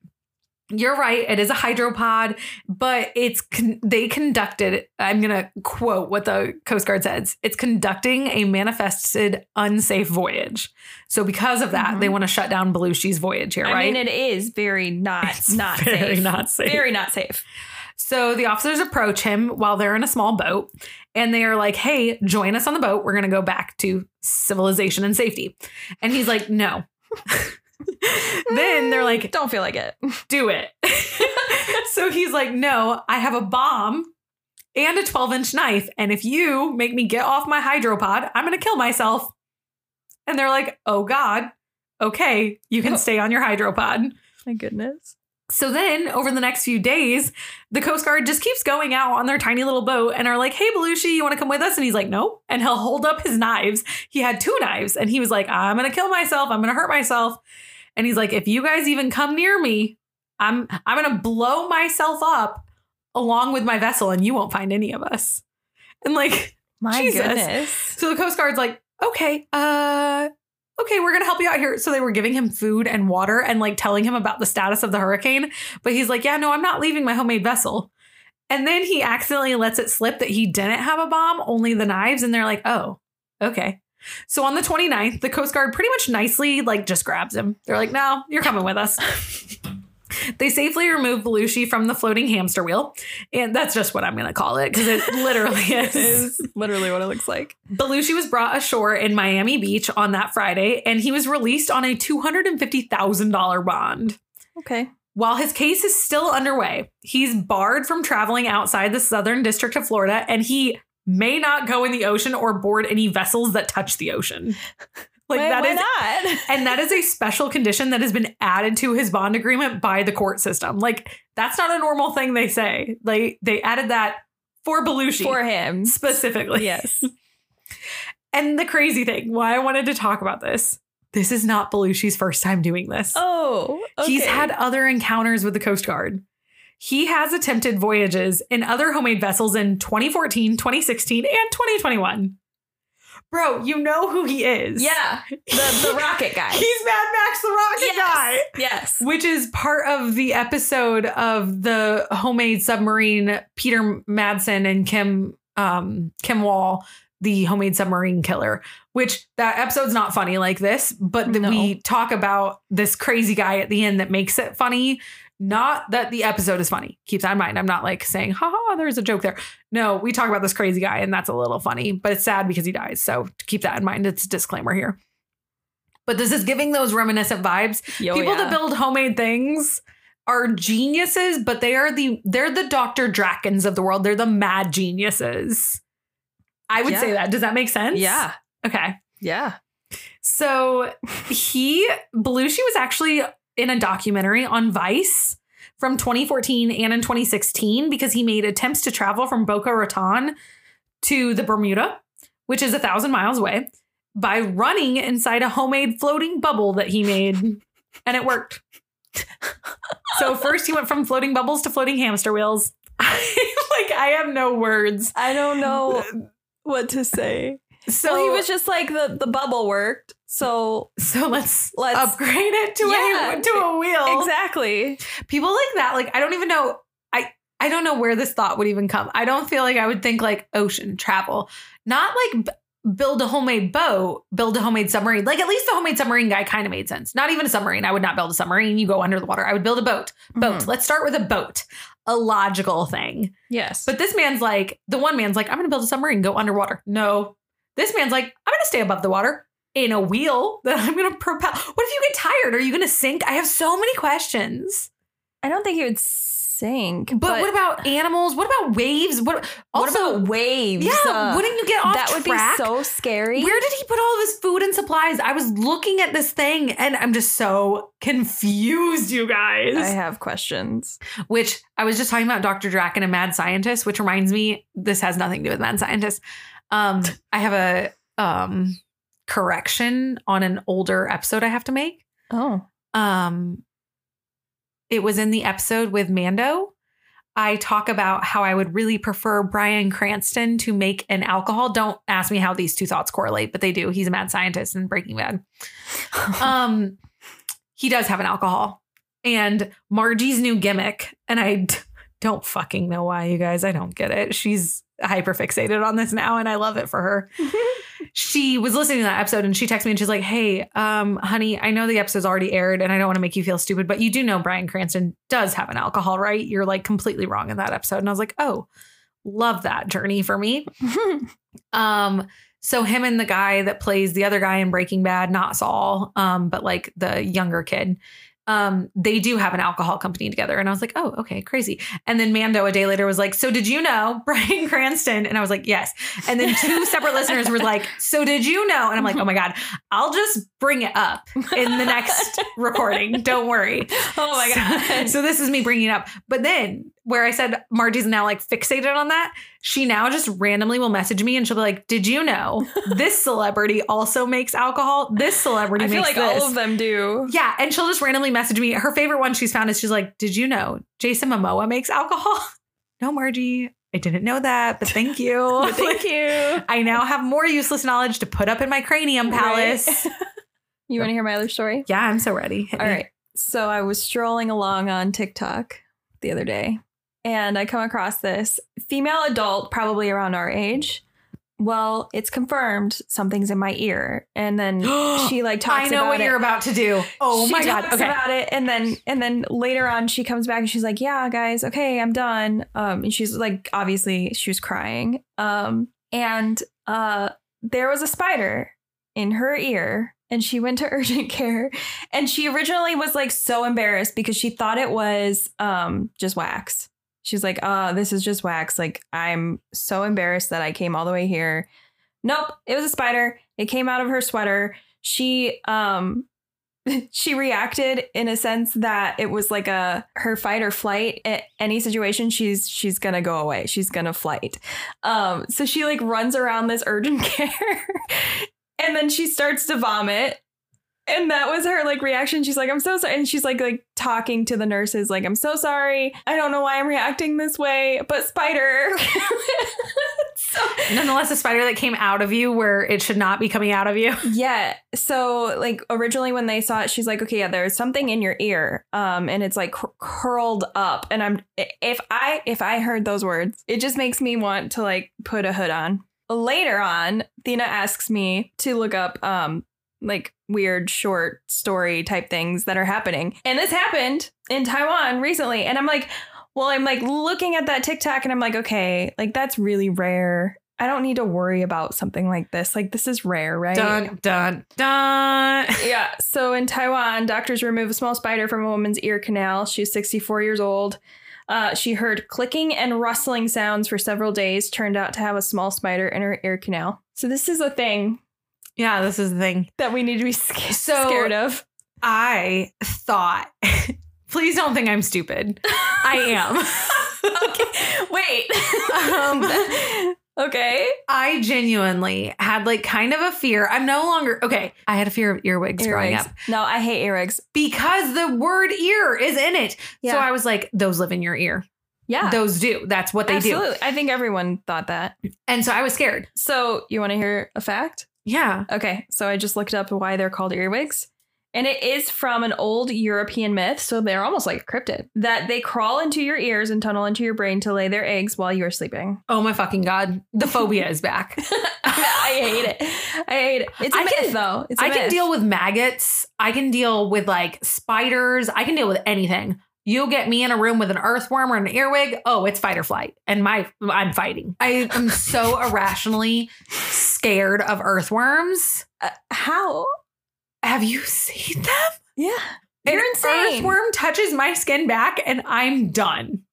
[SPEAKER 2] You're right. It is a hydropod, but it's con- they conducted. I'm gonna quote what the Coast Guard says. It's conducting a manifested unsafe voyage. So because of that,
[SPEAKER 1] Mhm.
[SPEAKER 2] they want to shut down Belushi's voyage here,
[SPEAKER 1] I
[SPEAKER 2] right?
[SPEAKER 1] mean, it is very not
[SPEAKER 2] [LAUGHS] It's
[SPEAKER 1] not
[SPEAKER 2] very
[SPEAKER 1] safe.
[SPEAKER 2] not safe.
[SPEAKER 1] Very not safe.
[SPEAKER 2] So the officers approach him while they're in a small boat and they are like, hey, join us on the boat. We're going to go back to civilization and safety. And he's like, no. [LAUGHS] then they're like,
[SPEAKER 1] Don't feel like it.
[SPEAKER 2] do it. [LAUGHS] so he's like, no, I have a bomb and a 12 inch knife. And if you make me get off my hydropod, I'm going to kill myself. And they're like, oh God, okay, you can stay on your hydropod.
[SPEAKER 1] Oh. My goodness.
[SPEAKER 2] So then, over the next few days, the Coast Guard just keeps going out on their tiny little boat and are like, hey, Belushi, you want to come with us? And he's like, no. And he'll hold up his knives. He had two knives and he was like, I'm going to kill myself. I'm going to hurt myself. And he's like, if you guys even come near me, I'm I'm going to blow myself up along with my vessel and you won't find any of us. And like,
[SPEAKER 1] My
[SPEAKER 2] Jesus.
[SPEAKER 1] goodness.
[SPEAKER 2] so the Coast Guard's like, okay, uh, okay, we're gonna help you out here. So they were giving him food and water and like telling him about the status of the hurricane. But he's like, yeah, no, I'm not leaving my homemade vessel. And then he accidentally lets it slip that he didn't have a bomb, only the knives. And they're like, oh, okay. So on the 29th, the Coast Guard pretty much nicely like just grabs him. They're like, no, you're coming with [LAUGHS] us. They safely remove Belushi from the floating hamster wheel. And that's just what I'm going to call it because [LAUGHS] it literally is.
[SPEAKER 1] literally what it looks like.
[SPEAKER 2] Belushi was brought ashore in Miami Beach on that Friday, and he was released on a $250,000 bond.
[SPEAKER 1] Okay.
[SPEAKER 2] While his case is still underway, he's barred from traveling outside the southern district of Florida, and he may not go in the ocean or board any vessels that touch the
[SPEAKER 1] [LAUGHS]
[SPEAKER 2] ocean. Like
[SPEAKER 1] why,
[SPEAKER 2] that
[SPEAKER 1] why
[SPEAKER 2] is
[SPEAKER 1] not? [LAUGHS]
[SPEAKER 2] [LAUGHS] and that is a special condition that has been added to his bond agreement by the court system. Like that's not a normal thing they say. They they added that for Belushi
[SPEAKER 1] for him.
[SPEAKER 2] specifically. [LAUGHS]
[SPEAKER 1] Yes.
[SPEAKER 2] And the crazy thing, why I wanted to talk about this, this is not Belushi's first time doing this.
[SPEAKER 1] Oh,
[SPEAKER 2] He's
[SPEAKER 1] okay.
[SPEAKER 2] had other encounters with the Coast Guard. He has attempted voyages in other homemade vessels in 2014, 2016, and 2021. Bro, you know who he is.
[SPEAKER 1] yeah the
[SPEAKER 2] [LAUGHS]
[SPEAKER 1] the rocket guy.
[SPEAKER 2] He's Mad Max the Rocket Guy.
[SPEAKER 1] Yes.
[SPEAKER 2] [LAUGHS]
[SPEAKER 1] Yes.
[SPEAKER 2] Which is part of the episode of the homemade submarine Peter Madsen and Kim um Kim Wall, the homemade submarine killer, which that episode's not funny like this, but th-
[SPEAKER 1] No.
[SPEAKER 2] we talk about this crazy guy at the end that makes it funny. Not that the episode is funny. Keep that in mind. I'm not like saying, haha, there's a joke there. No, we talk about this crazy guy, and that's a little funny, but it's sad because he dies. So keep that in mind. It's a disclaimer here. But this is giving those reminiscent vibes
[SPEAKER 1] Yo,
[SPEAKER 2] people
[SPEAKER 1] Oh, yeah.
[SPEAKER 2] that build homemade things are geniuses, but they are the they're the Dr. Drakens of the world. They're the mad geniuses. I would
[SPEAKER 1] Yeah.
[SPEAKER 2] say that. Does that make sense?
[SPEAKER 1] Yeah.
[SPEAKER 2] Okay.
[SPEAKER 1] Yeah.
[SPEAKER 2] So he Belushi was actually in a documentary on Vice from 2014 and in 2016 because he made attempts to travel from Boca Raton to the Bermuda, which is a thousand miles away, by running inside a homemade floating bubble that he made, and it worked. so first he went from floating bubbles to floating hamster wheels. [LAUGHS] like I have no words.
[SPEAKER 1] I don't know what to say.
[SPEAKER 2] So
[SPEAKER 1] Uh, So he was just like the the bubble worked. So
[SPEAKER 2] so let's
[SPEAKER 1] Let's-
[SPEAKER 2] upgrade it to
[SPEAKER 1] Yeah.
[SPEAKER 2] a to a wheel.
[SPEAKER 1] exactly.
[SPEAKER 2] people like that like i don't even know i i don't know where this thought would even come i don't feel like i would think like ocean travel not like b- build a homemade boat build a homemade submarine like at least the homemade submarine guy kind of made sense not even a submarine i would not build a submarine you go under the water i would build a boat boat let's start with a boat a logical thing
[SPEAKER 1] Yes.
[SPEAKER 2] but this man's like the one man's like i'm gonna build a submarine go underwater no this man's like i'm gonna stay above the water in a wheel that i'm gonna propel what if you get tired are you gonna sink i have so many questions
[SPEAKER 1] I don't think he would sink.
[SPEAKER 2] but, what about animals? What about waves? What also?
[SPEAKER 1] also waves?
[SPEAKER 2] yeah,
[SPEAKER 1] Uh,
[SPEAKER 2] wouldn't you get off
[SPEAKER 1] that would
[SPEAKER 2] track?
[SPEAKER 1] be so scary.
[SPEAKER 2] Where did he put all of his food and supplies? I was looking at this thing and I'm just so confused, you guys.
[SPEAKER 1] I have
[SPEAKER 2] [LAUGHS]
[SPEAKER 1] questions.
[SPEAKER 2] which I was just talking about Dr. Draken and Mad Scientist, which reminds me, this has nothing to do with Mad Scientist. [LAUGHS] Um, I have a um correction on an older episode I have to make.
[SPEAKER 1] Oh, [LAUGHS]
[SPEAKER 2] um it was in the episode with Mando. I talk about how I would really prefer Brian Cranston to make an alcohol. Don't ask me how these two thoughts correlate, but they do. He's a mad scientist in Breaking Bad. um he does have an alcohol. And Margie's new gimmick, and I d- don't fucking know why, you guys. I don't get it. She's hyper fixated on this now, and I love it for her she was listening to that episode and she texted me and she's like, Hey, um, honey, I know the episode's already aired and I don't want to make you feel stupid, but you do know Brian Cranston does have an alcohol, right? You're like completely wrong in that episode. And I was like, Oh, love that journey for me. um, so him and the guy that plays the other guy in Breaking Bad, not Saul, um, but like the younger kid. Um, they do have an alcohol company together. And I was like, oh, okay, crazy. And then Mando a day later was like, so did you know [LAUGHS] Brian Cranston? And I was like, yes. And then two separate listeners were like, So did you know? And I'm like, Oh my God, I'll just bring it up in the next recording. Don't worry.
[SPEAKER 1] [LAUGHS] oh
[SPEAKER 2] [LAUGHS]
[SPEAKER 1] my [LAUGHS] god.
[SPEAKER 2] So, so this is me bringing it up. But then where I said Margie's now like fixated on that, she now just randomly will message me and she'll be like, Did
[SPEAKER 1] [LAUGHS]
[SPEAKER 2] you know this celebrity also makes alcohol? This celebrity
[SPEAKER 1] I feel
[SPEAKER 2] makes
[SPEAKER 1] like
[SPEAKER 2] this.
[SPEAKER 1] all of them do.
[SPEAKER 2] Yeah, and she'll just randomly message me. Her favorite one she's found is she's like, "Did you know Jason Momoa makes alcohol?" [LAUGHS] no, Margie, I didn't know that, but [LAUGHS]
[SPEAKER 1] [LAUGHS]
[SPEAKER 2] thank you.
[SPEAKER 1] Thank you.
[SPEAKER 2] I now have more useless knowledge to put up in my cranium palace.
[SPEAKER 1] [LAUGHS] You want to hear my other story?
[SPEAKER 2] Yeah, I'm so ready. Hit
[SPEAKER 1] All
[SPEAKER 2] me. [GASPS]
[SPEAKER 1] right. So I was strolling along on TikTok the other day and I come across this female adult, probably around our age. Well, it's confirmed something's in my ear. And then
[SPEAKER 2] [GASPS]
[SPEAKER 1] she like talks
[SPEAKER 2] I know
[SPEAKER 1] about
[SPEAKER 2] what
[SPEAKER 1] it.
[SPEAKER 2] you're about to do. Oh
[SPEAKER 1] she
[SPEAKER 2] my god.
[SPEAKER 1] talks
[SPEAKER 2] Okay.
[SPEAKER 1] about it and then and then later on she comes back and she's like yeah guys okay i'm done um and she's like obviously she was crying um and uh there was a spider in her ear and she went to [LAUGHS] urgent care and she originally was like so embarrassed because she thought it was um just wax she's like uh this is just wax like i'm so embarrassed that i came all the way here nope it was a spider it came out of her sweater she um she reacted in a sense that it was like a her fight or flight at any situation she's she's gonna go away she's gonna flight um so she like runs around this urgent [LAUGHS] care and then she starts to vomit and that was her like reaction she's like i'm so sorry and she's like like talking to the nurses like i'm so sorry i don't know why i'm reacting this way but spider [LAUGHS] so
[SPEAKER 2] Nonetheless, a spider that came out of you where it should not be coming out of you.
[SPEAKER 1] yeah. So like originally when they saw it, she's like, okay, yeah, there's something in your ear. Um, and it's like cur- curled up. And I'm, if I, if I heard those words, it just makes me want to like put a hood on. Later on, Thina asks me to look up, um, like weird short story type things that are happening. And this happened in Taiwan recently. And I'm like, well, I'm like looking at that TikTok and I'm like, okay, like that's really rare. I don't need to worry about something like this. Like this is rare, right?
[SPEAKER 2] Dun dun dun.
[SPEAKER 1] yeah. So in Taiwan, doctors remove a small spider from a woman's ear canal. She's 64 years old. Uh, she heard clicking and rustling sounds for several days. Turned out to have a small spider in her ear canal. So this is a thing
[SPEAKER 2] Yeah,
[SPEAKER 1] [LAUGHS]
[SPEAKER 2] this is the thing.
[SPEAKER 1] that we need to be sca-
[SPEAKER 2] So-
[SPEAKER 1] scared of.
[SPEAKER 2] I thought [LAUGHS] Please don't think I'm stupid. I
[SPEAKER 1] okay.
[SPEAKER 2] [LAUGHS] am.
[SPEAKER 1] Wait.
[SPEAKER 2] [LAUGHS] Um,
[SPEAKER 1] okay.
[SPEAKER 2] I genuinely had like kind of a fear. I'm no longer okay. I had a fear of earwigs, growing
[SPEAKER 1] Earwigs.
[SPEAKER 2] up
[SPEAKER 1] No, I hate earwigs.
[SPEAKER 2] because the word ear is in it.
[SPEAKER 1] Yeah.
[SPEAKER 2] So I was like, those live in your ear.
[SPEAKER 1] Yeah.
[SPEAKER 2] Those do. That's what they do.
[SPEAKER 1] Absolutely. I think everyone thought that.
[SPEAKER 2] And so I was scared.
[SPEAKER 1] So, you want to hear a fact?
[SPEAKER 2] Yeah.
[SPEAKER 1] Okay. So, I just looked up why they're called earwigs. And it is from an old European myth, so they're almost like cryptid, that they crawl into your ears and tunnel into your brain to lay their eggs while you're sleeping. [LAUGHS]
[SPEAKER 2] Oh my fucking god. The phobia is [LAUGHS] back.
[SPEAKER 1] I hate it. I hate it. It's a
[SPEAKER 2] I
[SPEAKER 1] myth,
[SPEAKER 2] can-
[SPEAKER 1] though. It's a
[SPEAKER 2] I can
[SPEAKER 1] myth.
[SPEAKER 2] deal with maggots. I can deal with like spiders. I can deal with anything. You get me in a room with an earthworm or an earwig. Oh, it's fight or flight, and my I'm fighting. I am [LAUGHS] so irrationally scared of earthworms.
[SPEAKER 1] Uh, how?
[SPEAKER 2] Have you seen them?
[SPEAKER 1] Yeah. You're
[SPEAKER 2] An
[SPEAKER 1] insane.
[SPEAKER 2] Earthworm touches my skin back, and
[SPEAKER 1] [LAUGHS]
[SPEAKER 2] I'm done.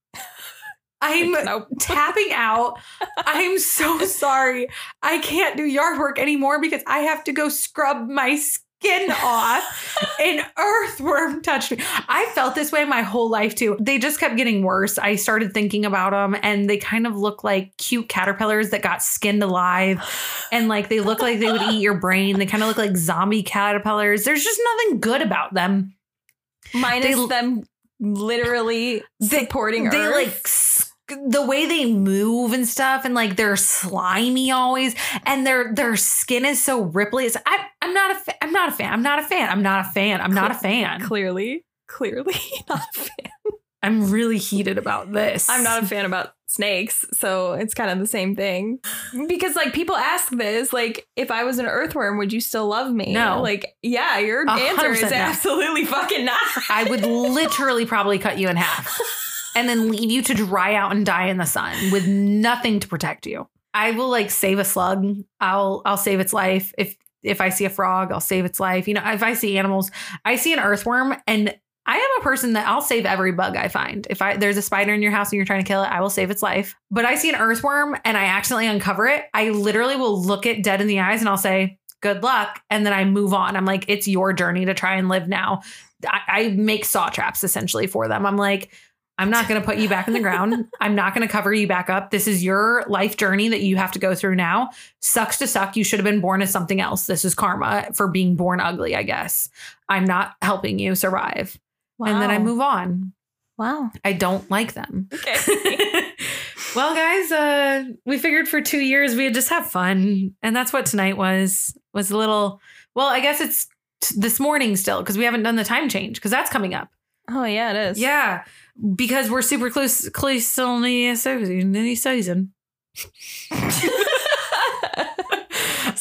[SPEAKER 2] I'm
[SPEAKER 1] Nope.
[SPEAKER 2] [LAUGHS] tapping out. I'm so sorry. I can't do yard work anymore because I have to go scrub my skin off.
[SPEAKER 1] [LAUGHS]
[SPEAKER 2] An earthworm touched me. I felt this way my whole life too. They just kept getting worse. I started thinking about them and they kind of look like cute caterpillars that got skinned alive. And like they look like they would eat your brain. They kind of look like zombie caterpillars. There's just nothing good about them.
[SPEAKER 1] Minus
[SPEAKER 2] They-
[SPEAKER 1] them
[SPEAKER 2] [LAUGHS]
[SPEAKER 1] literally
[SPEAKER 2] They-
[SPEAKER 1] supporting
[SPEAKER 2] They
[SPEAKER 1] Earth.
[SPEAKER 2] like sk- the way they move and stuff, and like they're slimy always, and their their skin is so ripply. It's, I, I'm not a fa- I'm not a fan. I'm not a fan. I'm not a fan. I'm not a fan.
[SPEAKER 1] clearly,
[SPEAKER 2] [LAUGHS]
[SPEAKER 1] clearly not a fan.
[SPEAKER 2] I'm really heated about this.
[SPEAKER 1] I'm not a fan about snakes, so it's kind of the same thing. Because like people ask this, like if I was an earthworm, would you still love me?
[SPEAKER 2] No.
[SPEAKER 1] like yeah, your
[SPEAKER 2] A hundred
[SPEAKER 1] answer is
[SPEAKER 2] percent no.
[SPEAKER 1] absolutely fucking not.
[SPEAKER 2] I would literally probably cut you in half and then leave you to dry out and die in the sun with nothing to protect you. I will like save a slug. I'll I'll save its life. If if I see a frog, I'll save its life. You know, if I see animals, I see an earthworm and I am a person that I'll save every bug I find. If I there's a spider in your house and you're trying to kill it, I will save its life. But I see an earthworm and I accidentally uncover it, I literally will look it dead in the eyes and I'll say, "Good luck," and then I move on. I'm like, "It's your journey to try and live now." I, I make saw traps essentially for them. I'm like, I'm not going to put you back in the ground. [LAUGHS] I'm not going to cover you back up. This is your life journey that you have to go through now. Sucks to suck. You should have been born as something else. This is karma for being born ugly, I guess. I'm not helping you survive. And then I move on.
[SPEAKER 1] Wow.
[SPEAKER 2] I don't like them.
[SPEAKER 1] Okay.
[SPEAKER 2] [LAUGHS] well, guys, uh, we figured for two years we'd just have fun, and that's what tonight was. Was a little. Well, I guess it's t- this morning still because we haven't done the time change because that's coming up.
[SPEAKER 1] [LAUGHS] oh yeah, it is. [LAUGHS]
[SPEAKER 2] Yeah, because we're super close, close on the season. The season.
[SPEAKER 1] Super
[SPEAKER 2] [LAUGHS]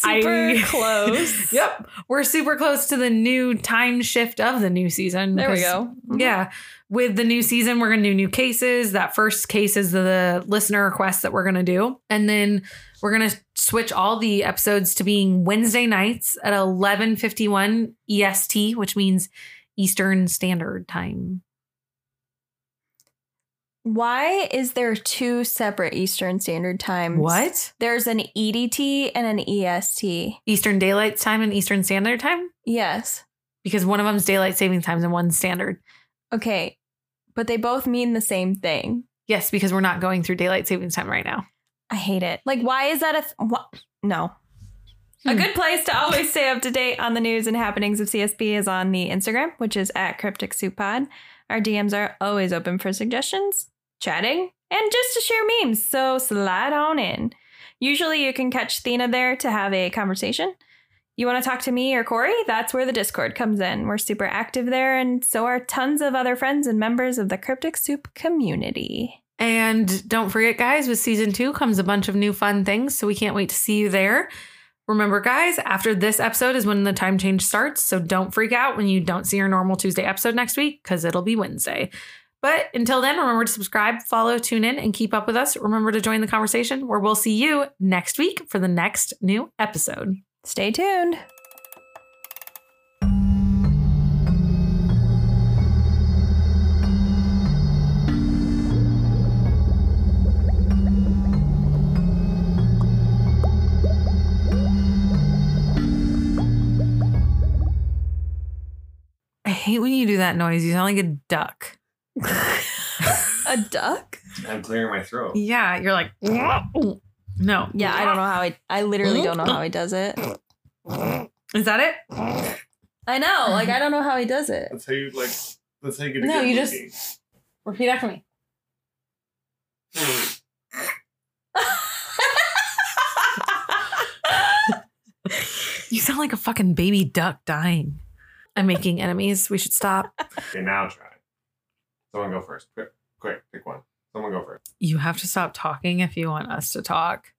[SPEAKER 2] I-
[SPEAKER 1] close.
[SPEAKER 2] Yep, we're super close to the new time shift of the new season.
[SPEAKER 1] There we
[SPEAKER 2] 'cause
[SPEAKER 1] go.
[SPEAKER 2] yeah. With the new season, we're going to do new cases. That first case is the listener request that we're going to do. And then we're going to switch all the episodes to being Wednesday nights at 11:51 EST, which means Eastern Standard Time.
[SPEAKER 1] Why is there two separate Eastern Standard Times?
[SPEAKER 2] What?
[SPEAKER 1] There's an EDT and an E EST.
[SPEAKER 2] Eastern Daylight Time and Eastern Standard Time?
[SPEAKER 1] Yes.
[SPEAKER 2] Because one of them's daylight saving times and one's standard.
[SPEAKER 1] Okay. But they both mean the same thing.
[SPEAKER 2] Yes, because we're not going through daylight savings time right now.
[SPEAKER 1] I hate it. Like, why is that a th- what? No. A
[SPEAKER 2] Hmm.
[SPEAKER 1] good place to always stay up to date on the news and happenings of CSB is on the Instagram, which is at Cryptic Soup Pod. Our DMs are always open for suggestions, chatting, and just to share memes. So slide on in. Usually, you can catch Thena there to have a conversation. You want to talk to me or Corey? That's where the Discord comes in. We're super active there, and so are tons of other friends and members of the Cryptic Soup community.
[SPEAKER 2] And don't forget, guys, with season two comes a bunch of new fun things. So we can't wait to see you there. Remember, guys, after this episode is when the time change starts. So don't freak out when you don't see your normal Tuesday episode next week because it'll be Wednesday. But until then, remember to subscribe, follow, tune in, and keep up with us. Remember to join the conversation where we'll see you next week for the next new episode.
[SPEAKER 1] Stay tuned.
[SPEAKER 2] I hate you, when you do that noise, you sound like a duck. [LAUGHS]
[SPEAKER 1] A duck?
[SPEAKER 12] I'm clearing my throat.
[SPEAKER 2] Yeah, you're like no.
[SPEAKER 1] Yeah, I don't know how I. I literally don't know how he does it.
[SPEAKER 2] Is that it?
[SPEAKER 1] I know, like I don't know how he does it.
[SPEAKER 12] That's how you like. That's how you get.
[SPEAKER 9] No, you just- Repeat after me.
[SPEAKER 12] just.
[SPEAKER 1] [LAUGHS]
[SPEAKER 2] You sound like a fucking baby duck dying. I'm making enemies. We should stop.
[SPEAKER 12] Okay, now try. Someone go first. Quick, quick, pick one. Someone go first.
[SPEAKER 2] You have to stop talking if you want us to talk.